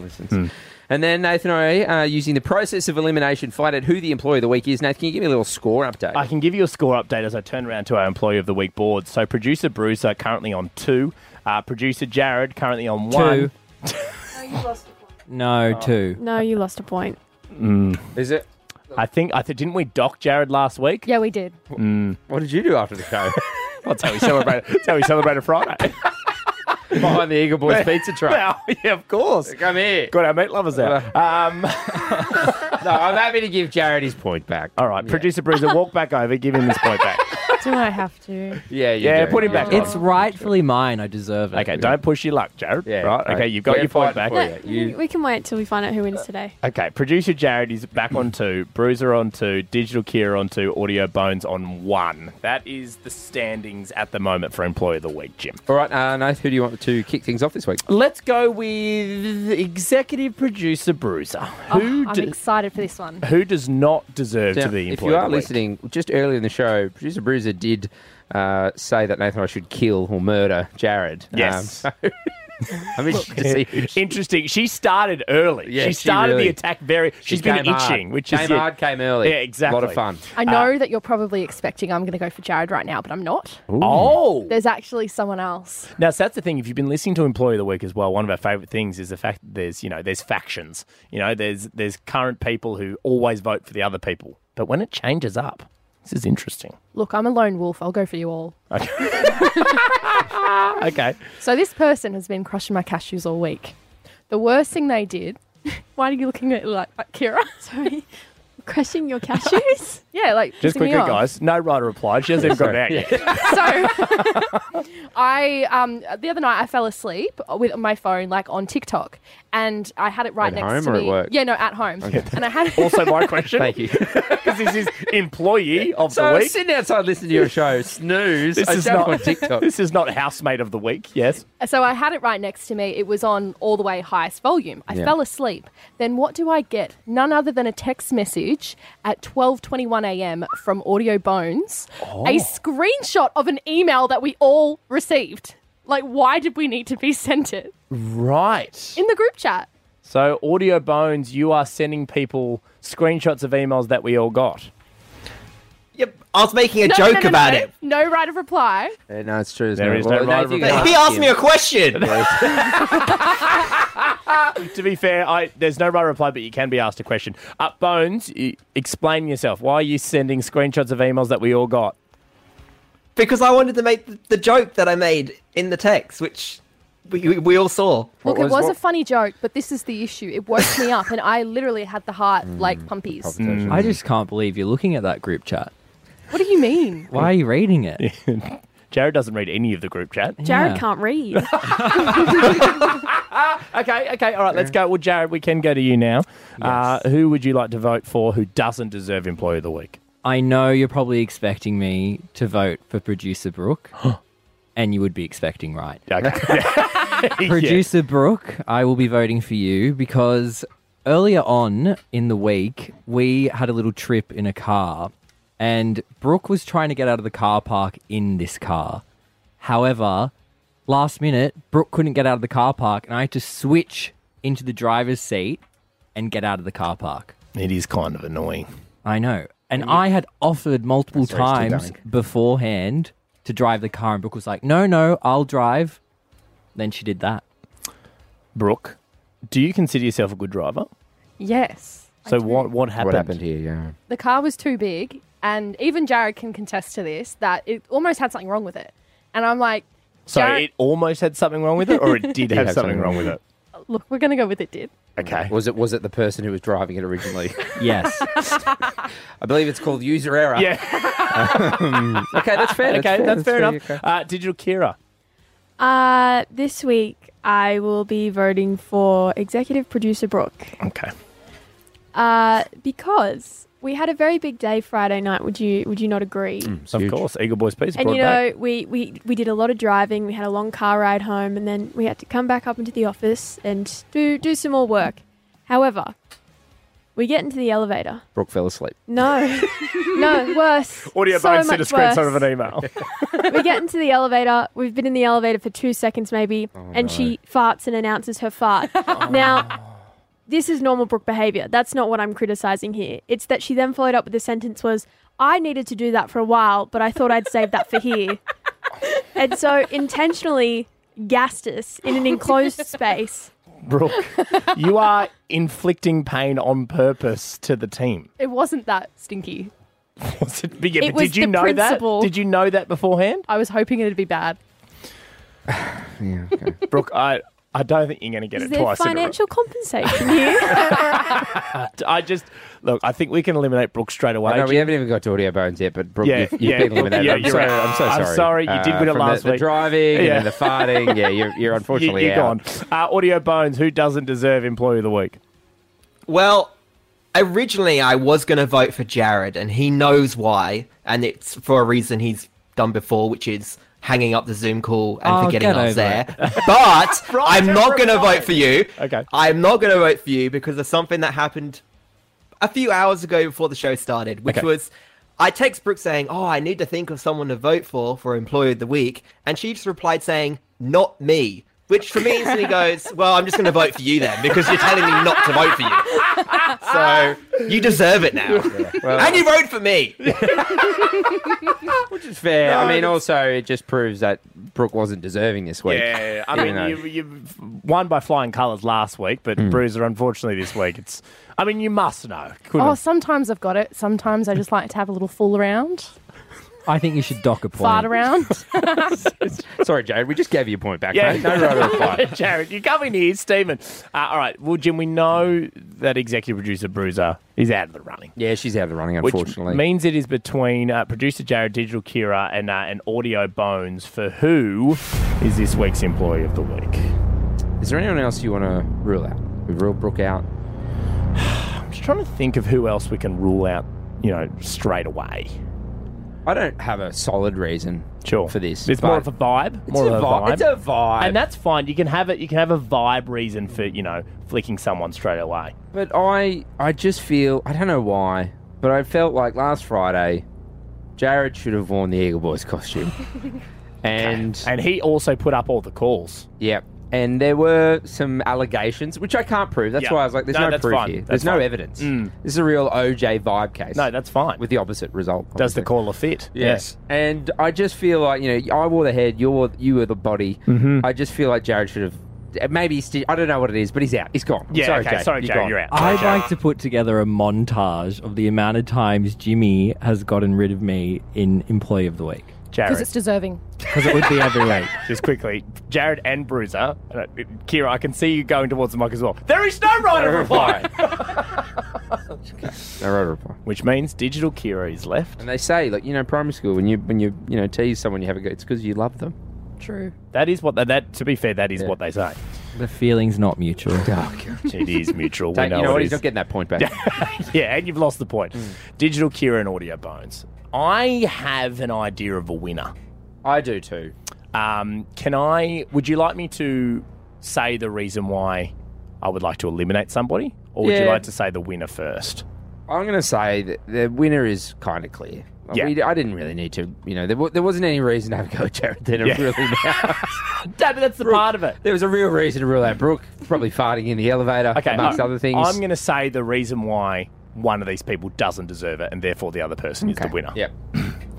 Speaker 4: And then Nathan and I, uh, using the process of elimination, find out who the employee of the week is. Nathan, can you give me a little score update?
Speaker 3: I can give you a score update as I turn around to our employee of the week board. So producer Bruiser currently on two. Uh, producer Jared currently on
Speaker 11: Two.
Speaker 3: one. Oh.
Speaker 11: No, two.
Speaker 10: No, you lost a point.
Speaker 4: Is it?
Speaker 3: Mm. I think I th- didn't we dock Jared last week? mm.
Speaker 10: Yeah, we did.
Speaker 4: What did you do after the show?
Speaker 3: That's how we celebrate. that's how we celebrate a Friday.
Speaker 4: Behind the Eagle Boys pizza truck.
Speaker 3: Well, yeah, of course.
Speaker 4: Come here. uh,
Speaker 3: Got our meat lovers out. Um,
Speaker 4: no, I'm happy to give Jared his point back.
Speaker 3: All right, producer Bruiser, walk back over. Give him his point back.
Speaker 10: Do I have to?
Speaker 4: Yeah, you
Speaker 3: yeah,
Speaker 4: do.
Speaker 3: put him back.
Speaker 11: It's
Speaker 3: on.
Speaker 11: rightfully mine. I deserve it.
Speaker 3: Okay, don't push your luck, Jared.
Speaker 11: Yeah,
Speaker 3: right. Okay,
Speaker 11: right.
Speaker 3: you've got
Speaker 11: We're
Speaker 3: your point
Speaker 11: fighting
Speaker 3: back.
Speaker 11: for
Speaker 10: We can wait till we find out who wins today.
Speaker 3: Okay, producer Jared is back on two, Bruiser on two, Digital Kira on two, Audio Bones on one. That is the standings at the moment for Employee of the Week, Jim.
Speaker 4: All right, uh, Nathan, who do you want to kick things off this week?
Speaker 3: Let's go with executive producer Bruiser. Who
Speaker 10: Oh, I'm
Speaker 3: do-
Speaker 10: excited for this one.
Speaker 3: who does not deserve to
Speaker 4: Now,
Speaker 3: be
Speaker 4: if
Speaker 3: Employee
Speaker 4: you
Speaker 3: of
Speaker 4: are
Speaker 3: the Week?
Speaker 4: listening, just earlier in the show, producer Bruiser did uh, say that Nathan and I should kill or murder Jared.
Speaker 3: Yes.
Speaker 4: Um, so I mean, she's huge.
Speaker 3: Interesting. She started early.
Speaker 4: Yeah,
Speaker 3: she
Speaker 4: she
Speaker 3: started
Speaker 4: really-
Speaker 3: the attack very.
Speaker 4: she
Speaker 3: she's been
Speaker 4: came
Speaker 3: itching,
Speaker 4: hard.
Speaker 3: which is
Speaker 4: Came
Speaker 3: it.
Speaker 4: hard, came early.
Speaker 3: Yeah, exactly.
Speaker 4: Lot of fun.
Speaker 12: I know
Speaker 3: Uh,
Speaker 12: that you're probably expecting I'm going to go for Jared right now, but I'm not.
Speaker 3: Ooh. Oh.
Speaker 12: There's actually someone else.
Speaker 3: Now, so that's the thing. If you've been listening to Employee of the Week as well, one of our favourite things is the fact that there's, you know, there's factions. You know, there's there's current people who always vote for the other people. But when it changes up, this is interesting.
Speaker 12: Look, I'm a lone wolf. I'll go for you all.
Speaker 3: Okay.
Speaker 12: Ah.
Speaker 3: okay.
Speaker 12: So this person has been crushing my cashews all week. The worst thing they did. Why are you looking at me like like Kira? Sorry, crushing your cashews. yeah, like
Speaker 3: Just
Speaker 12: pissing me
Speaker 3: quickly,
Speaker 12: off.
Speaker 3: guys, no writer replied. She hasn't even got
Speaker 4: Sorry.
Speaker 3: out yet.
Speaker 12: I um the other night I fell asleep with my phone like on TikTok and I had it right
Speaker 4: At
Speaker 12: next
Speaker 4: home
Speaker 12: to
Speaker 4: or
Speaker 12: me.
Speaker 4: at work?
Speaker 12: Yeah, no, at home.
Speaker 4: Okay.
Speaker 12: And I had
Speaker 3: also my question. Thank
Speaker 4: you.
Speaker 3: Because this is employee of
Speaker 4: So
Speaker 3: the
Speaker 4: I
Speaker 3: week.
Speaker 4: was sitting outside listening to your show, snooze.
Speaker 3: This
Speaker 4: I
Speaker 3: is
Speaker 4: jump
Speaker 3: not
Speaker 4: on TikTok.
Speaker 3: This is not housemate of the week. Yes.
Speaker 12: So I had it right next to me. It was on all the way highest volume. I
Speaker 3: Yeah.
Speaker 12: fell asleep. Then what do I get? None other than a text message at 12:21 a.m. from Audio Bones,
Speaker 24: Oh.
Speaker 12: a screenshot of an email that we all received. Like why did we need to be sent it
Speaker 3: Right.
Speaker 12: in the group chat?
Speaker 3: So, Audio Bones, you are sending people screenshots of emails that we all got.
Speaker 12: I was making a No, no, joke no, no, about no. it. No right of reply.
Speaker 4: Yeah, no, it's true.
Speaker 3: There is no right of reply.
Speaker 12: He asked me a question.
Speaker 3: to be fair, I, there's no right reply, but you can be asked a question. Uh, Bones, y explain yourself. Why are you sending screenshots of emails that we all got?
Speaker 12: Because I wanted to make the joke that I made in the text, which we, we, we all saw. Look, it was a funny joke, but this is the issue. It woke me up, and I literally had the heart like pumpies.
Speaker 3: Mm.
Speaker 15: I just can't believe you're looking at that group chat.
Speaker 12: What do you mean?
Speaker 15: Why are you reading it?
Speaker 3: Jared doesn't read any of the group chat.
Speaker 10: Jared can't read.
Speaker 3: okay, okay, all right, let's go. Well, Jared, we can go to you now. Uh, who would you like to vote for who doesn't deserve Employee of the Week?
Speaker 15: I know you're probably expecting me to vote for producer Brooke, and you would be expecting right. Producer Brooke, I will be voting for you because earlier on in the week, we had a little trip in a car, and Brooke was trying to get out of the car park in this car. However, last minute, Brooke couldn't get out of the car park, and I had to switch into the driver's seat and get out of the car park.
Speaker 3: It is kind of annoying.
Speaker 15: I know. And I had offered multiple
Speaker 3: Sorry, it's too
Speaker 15: times beforehand to drive the car, and Brooke was like, no, no, I'll drive. Then she did that.
Speaker 3: Brooke, do you consider yourself a good driver?
Speaker 12: Yes.
Speaker 3: So what what happened?
Speaker 4: happened here? Yeah.
Speaker 12: The car was too big, and even Jared can contest to this that it almost had something wrong with it. And I'm like,
Speaker 3: So
Speaker 12: Jared,
Speaker 3: it almost had something wrong with it, or it did have, something wrong with it.
Speaker 12: look, we're going to go with it did.
Speaker 3: Okay.
Speaker 4: Was it was it the person who was driving it originally?
Speaker 15: yes.
Speaker 4: I believe it's called user error.
Speaker 3: Yeah.
Speaker 4: Um, okay, that's fair.
Speaker 3: Okay, that's fair, enough.
Speaker 4: okay.
Speaker 3: Uh, digital Kira.
Speaker 10: Uh, this week I will be voting for executive producer Brooke.
Speaker 3: Okay.
Speaker 10: Uh, because we had a very big day Friday night. Would you Would you not agree?
Speaker 3: of course, Eagle Boys Pizza.
Speaker 10: And
Speaker 3: brought
Speaker 10: you
Speaker 3: it Mm. back.
Speaker 10: know, we, we we did a lot of driving. We had a long car ride home, and then we had to come back up into the office and do do some more work. However, we get into the elevator.
Speaker 4: Brooke fell asleep.
Speaker 10: No, no, worse.
Speaker 3: Audio
Speaker 10: so
Speaker 3: Bones sent a
Speaker 10: much
Speaker 3: screenshot
Speaker 10: worse
Speaker 3: of an email.
Speaker 10: we get into the elevator. We've been in the elevator for two seconds, maybe, and
Speaker 3: Oh, no. Oh.
Speaker 10: she farts and announces her fart. Now, this is normal Brooke behavior. That's not what I'm criticizing here. It's that she then followed up with the sentence was, "I needed to do that for a while, but I thought I'd save that for here," and so intentionally gassed us in an enclosed space.
Speaker 3: Brooke, you are inflicting pain on purpose to the team.
Speaker 12: It wasn't that stinky.
Speaker 3: Was it- but yeah,
Speaker 12: It
Speaker 3: but
Speaker 12: was
Speaker 3: did you
Speaker 12: the
Speaker 3: know
Speaker 12: principle.
Speaker 3: that? Did you know that beforehand?
Speaker 12: I was hoping it'd be bad.
Speaker 3: Brooke, I, I don't think you're going to get
Speaker 10: Is
Speaker 3: it
Speaker 10: there
Speaker 3: twice. in a row.
Speaker 10: financial compensation here?
Speaker 3: I just look. I think we can eliminate Brooke straight away.
Speaker 4: I know we haven't even got to audio bones yet, but Brooke,
Speaker 3: Yeah,
Speaker 4: you've, you've
Speaker 3: yeah,
Speaker 4: been eliminated.
Speaker 3: yeah,
Speaker 4: I'm,
Speaker 3: you're
Speaker 4: so,
Speaker 3: right.
Speaker 4: I'm so
Speaker 3: I'm
Speaker 4: sorry. Uh,
Speaker 3: sorry, you did win it
Speaker 4: from
Speaker 3: last
Speaker 4: the,
Speaker 3: week.
Speaker 4: The driving
Speaker 3: Yeah.
Speaker 4: and then the farting. Yeah, you're, you're unfortunately
Speaker 3: you, you're
Speaker 4: out.
Speaker 3: gone. Uh, Audio Bones, who doesn't deserve Employee of the Week?
Speaker 12: Well, originally I was going to vote for Jared, and he knows why, and it's for a reason he's done before, which is hanging up the Zoom call and Oh, forgetting get I was over there. it. But I'm not going to vote vote for you.
Speaker 3: Okay.
Speaker 12: I'm not going to vote for you because of something that happened a few hours ago before the show started, which Okay. was I text Brooke saying, "Oh, I need to think of someone to vote for for Employee of the Week," and she just replied saying, "Not me." Which for me instantly goes, well, I'm just going to vote for you then because you're telling me not to vote for
Speaker 3: Ah!
Speaker 12: you. So you deserve it now.
Speaker 4: well-
Speaker 12: and you voted for me.
Speaker 4: Which is fair. I
Speaker 3: No,
Speaker 4: mean,
Speaker 3: that's-
Speaker 4: also it just proves that Brooke wasn't deserving this week.
Speaker 3: Yeah, I
Speaker 4: You
Speaker 3: mean,
Speaker 4: know.
Speaker 3: you, you won by flying colours last week, but
Speaker 4: Hmm.
Speaker 3: Bruiser, unfortunately, this week it's. I mean, you must know. Couldn't
Speaker 13: Oh, sometimes I've got it. Sometimes I just like to have a little fool around,
Speaker 11: I think you should dock a point.
Speaker 13: fart around.
Speaker 4: Sorry, Jared, we just gave you a point back, mate. No right or
Speaker 3: yeah,
Speaker 4: reply.
Speaker 3: Jared, you come in here, Stephen. Uh, all right, well, Jim, we know that executive producer Bruiser is out of the running.
Speaker 4: Yeah, she's out of the running,
Speaker 3: Which
Speaker 4: unfortunately.
Speaker 3: means it is between uh, producer Jared, digital Kira, and uh, and audio Bones for who is this week's employee of the week.
Speaker 4: Is there anyone else you want to rule out? We've ruled Brooke out.
Speaker 3: I'm just trying to think of who else we can rule out, you know, straight away.
Speaker 4: I don't have a solid reason
Speaker 3: sure.
Speaker 4: for this.
Speaker 3: It's
Speaker 4: but-
Speaker 3: more of a vibe.
Speaker 4: It's
Speaker 3: More
Speaker 4: a
Speaker 3: of
Speaker 4: vi- it's a vibe.
Speaker 3: and that's fine. You can have it. You can have a vibe reason for you know flicking someone straight away.
Speaker 4: But I, I just feel I don't know why, but I felt like last Friday, Jared should have worn the Eagle Boys costume, and
Speaker 3: and he also put up all the calls.
Speaker 4: Yep. And there were some allegations, which I can't prove. That's
Speaker 3: Yeah.
Speaker 4: why I was like, "There's
Speaker 3: No,
Speaker 4: no,
Speaker 3: that's
Speaker 4: proof
Speaker 3: fine.
Speaker 4: here.
Speaker 3: That's
Speaker 4: There's no
Speaker 3: fine.
Speaker 4: evidence.
Speaker 3: Mm.
Speaker 4: This is a real OJ vibe case."
Speaker 3: No, that's fine.
Speaker 4: With the opposite result.
Speaker 3: Does the caller fit?
Speaker 4: Yes. And I just feel like, you know, I wore the head, you wore, you were the body.
Speaker 3: Mhm.
Speaker 4: I just feel like Jared should have. Maybe he's. I don't know what it is, but he's out. He's gone.
Speaker 3: Yeah,
Speaker 4: sorry,
Speaker 3: okay,
Speaker 4: Jared.
Speaker 3: sorry, Jared,
Speaker 4: gone.
Speaker 3: you're out.
Speaker 11: I'd like to put together a montage of the amount of times Jimmy has gotten rid of me in Employee of the Week.
Speaker 13: Because it's deserving.
Speaker 11: Because it would be every week.
Speaker 3: Just quickly, Jared and Bruiser, and, uh, Kira, I can see you going towards the mic as well. There is no right of reply.
Speaker 4: No right reply.
Speaker 3: Which means digital Kira is left.
Speaker 4: And they say, like, you know, primary school, when you when you you know tease someone, you have a go. It's because you love them.
Speaker 13: True.
Speaker 3: That is what they, that. To be fair, that is what they say.
Speaker 11: The feeling's not mutual.
Speaker 3: It is mutual. We
Speaker 4: Take-
Speaker 3: know
Speaker 4: you know
Speaker 3: it
Speaker 4: what? He's
Speaker 3: is.
Speaker 4: not getting that point back. Hmm.
Speaker 3: yeah, and you've lost the point. Digital Kira and Audio Bones. I have an idea of a winner.
Speaker 4: I do too.
Speaker 3: Um, can I? Would you like me to say the reason why I would like to eliminate somebody, or would you
Speaker 4: Yeah.
Speaker 3: like to say the winner first?
Speaker 4: I'm going to say that the winner is kind of clear. Like,
Speaker 3: Yeah.
Speaker 4: we- I didn't really need to, you know, there, wa- there wasn't any reason to have a go at Jared then.
Speaker 3: Yeah.
Speaker 4: Really now.
Speaker 3: that's the part of it.
Speaker 4: There was a real reason to rule out Brooke, probably farting in the elevator,
Speaker 3: Okay,
Speaker 4: amongst
Speaker 3: no,
Speaker 4: other things.
Speaker 3: I'm going to say the reason why one of these people doesn't deserve it, and therefore the other person is the winner.
Speaker 4: Yep.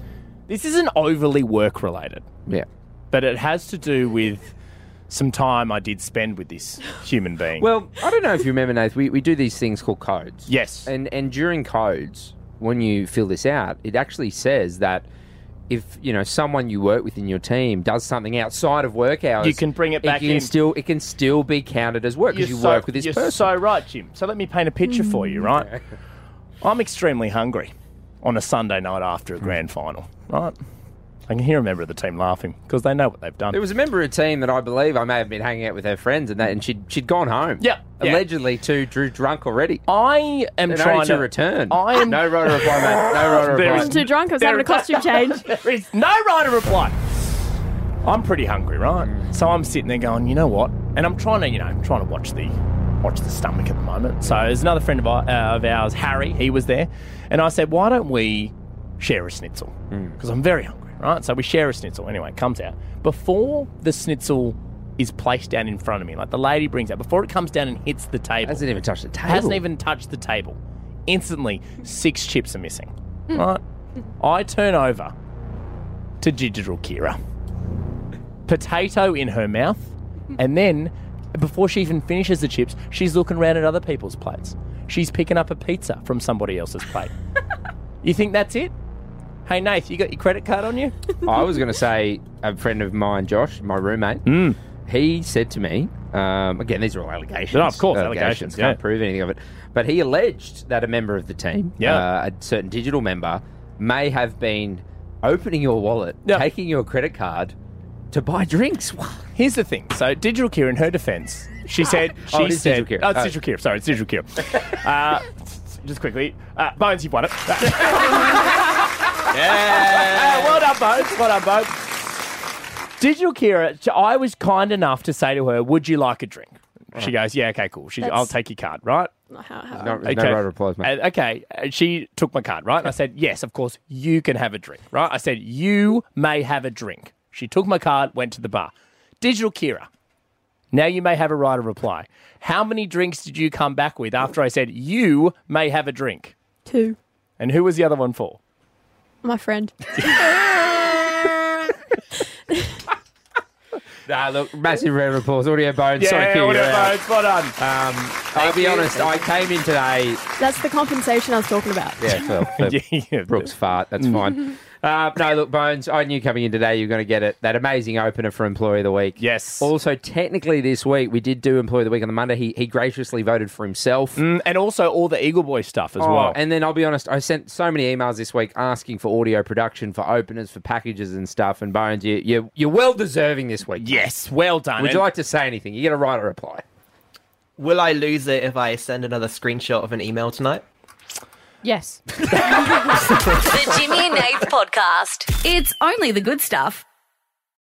Speaker 3: this isn't overly work related.
Speaker 4: Yeah.
Speaker 3: but it has to do with some time I did spend with this human being.
Speaker 4: Well, I don't know if you remember, Nath, we, we do these things called codes.
Speaker 3: Yes.
Speaker 4: And and during codes, when you fill this out, it actually says that if, you know, someone you work with in your team does something outside of work hours,
Speaker 3: You can bring it back
Speaker 4: can
Speaker 3: in.
Speaker 4: Still, it can still be counted as work because you
Speaker 3: so,
Speaker 4: work with this
Speaker 3: you're
Speaker 4: person.
Speaker 3: so right, Jim. So let me paint a picture for you, right? I'm extremely hungry on a Sunday night after a grand final, right? I can hear a member of the team laughing because they know what they've done.
Speaker 4: There was a member of a team that I believe I may have been hanging out with her friends and that, and she'd she'd gone home.
Speaker 3: Yeah, yeah.
Speaker 4: allegedly too drew drunk already.
Speaker 3: I am
Speaker 4: and
Speaker 3: trying
Speaker 4: only to,
Speaker 3: to-
Speaker 4: return.
Speaker 3: I am-
Speaker 4: no right of reply, mate. No right of
Speaker 3: There
Speaker 4: reply.
Speaker 3: is-
Speaker 10: I'm too drunk. I was
Speaker 3: There
Speaker 10: having a
Speaker 3: is-
Speaker 10: costume change.
Speaker 3: there is no right of reply. I'm pretty hungry, right? So I'm sitting there going, you know what? And I'm trying to, you know, I'm trying to watch the watch the stomach at the moment. So there's another friend of, our, uh, of ours, Harry. He was there, and I said, why don't we share a schnitzel?
Speaker 4: Hmm.
Speaker 3: Because I'm very hungry, right? So we share a schnitzel. Anyway, it comes out before the schnitzel is placed down in front of me. Like the lady brings out before it comes down and hits the table.
Speaker 4: Hasn't even touched the table.
Speaker 3: Hasn't even touched the table. Instantly, six chips are missing. Right? I turn over to Digital Kira. Potato in her mouth, and then before she even finishes the chips, she's looking around at other people's plates. She's picking up a pizza from somebody else's plate. you think that's it? Hey, Nath, you got your credit card on you?
Speaker 4: I was going to say a friend of mine, Josh, my roommate.
Speaker 3: Hmm.
Speaker 4: He said to me, um, again, these are all allegations.
Speaker 3: No, of course, allegations,
Speaker 4: Can't
Speaker 3: yeah.
Speaker 4: prove anything of it. But he alleged that a member of the team,
Speaker 3: Yeah.
Speaker 4: uh, a certain digital member, may have been opening your wallet, taking your credit card to buy drinks.
Speaker 3: Here's the thing. So, Digital Kira, in her defense, she said, she
Speaker 4: Oh, it is
Speaker 3: said,
Speaker 4: Digital Kira.
Speaker 3: Oh, it's
Speaker 4: Oh.
Speaker 3: Digital Kira. Sorry, it's Digital Kira. uh, just quickly, uh, Bones, you've won it. yeah. well done, Bones. Well done, Bones. Digital Kira, j- I was kind enough to say to her, "Would you like a drink?" She goes, "Yeah, okay, cool." She, I'll
Speaker 10: That's-
Speaker 3: take your card, right?
Speaker 10: how-
Speaker 4: No- there's no right replies, mate.
Speaker 3: Uh, Um, okay, Uh, she took my card, right? And I said, "Yes, of course, you can have a drink, right?" I said, "You may have a drink." She took my card, went to the bar. Digital Kira, Now you may have a right of reply. How many drinks did you come back with after I said you may have a drink?
Speaker 10: Two.
Speaker 3: And who was the other one for?
Speaker 10: My friend.
Speaker 4: Nah, look, massive round of applause. Audio Bones,
Speaker 3: ah, Yeah,
Speaker 4: sorry, Kitty,
Speaker 3: Audio
Speaker 4: you're out.
Speaker 3: Bones, spot on.
Speaker 4: Um, I'll be
Speaker 3: you.
Speaker 4: honest, I came in today.
Speaker 10: That's the compensation I was talking about.
Speaker 4: Yeah, well, for Brooks fart. That's fine. Uh, no, look, Bones, I knew coming in today you were going to get it. That amazing opener for Employee of the Week.
Speaker 3: Yes.
Speaker 4: Also, technically, this week we did do Employee of the Week on the Monday. He, he graciously voted for himself.
Speaker 3: Mm, and also all the Eagle Boy stuff as
Speaker 4: Oh,
Speaker 3: well.
Speaker 4: And then I'll be honest, I sent so many emails this week asking for audio production, for openers, for packages and stuff. And Bones, you, you, you're well deserving this week.
Speaker 3: Yes, well done.
Speaker 4: Would you
Speaker 12: And-
Speaker 4: like to say anything? You get a right or reply.
Speaker 12: Will I lose it if I send another screenshot of an email tonight?
Speaker 13: Yes.
Speaker 1: the Jimmy and Nath podcast. It's only the good stuff.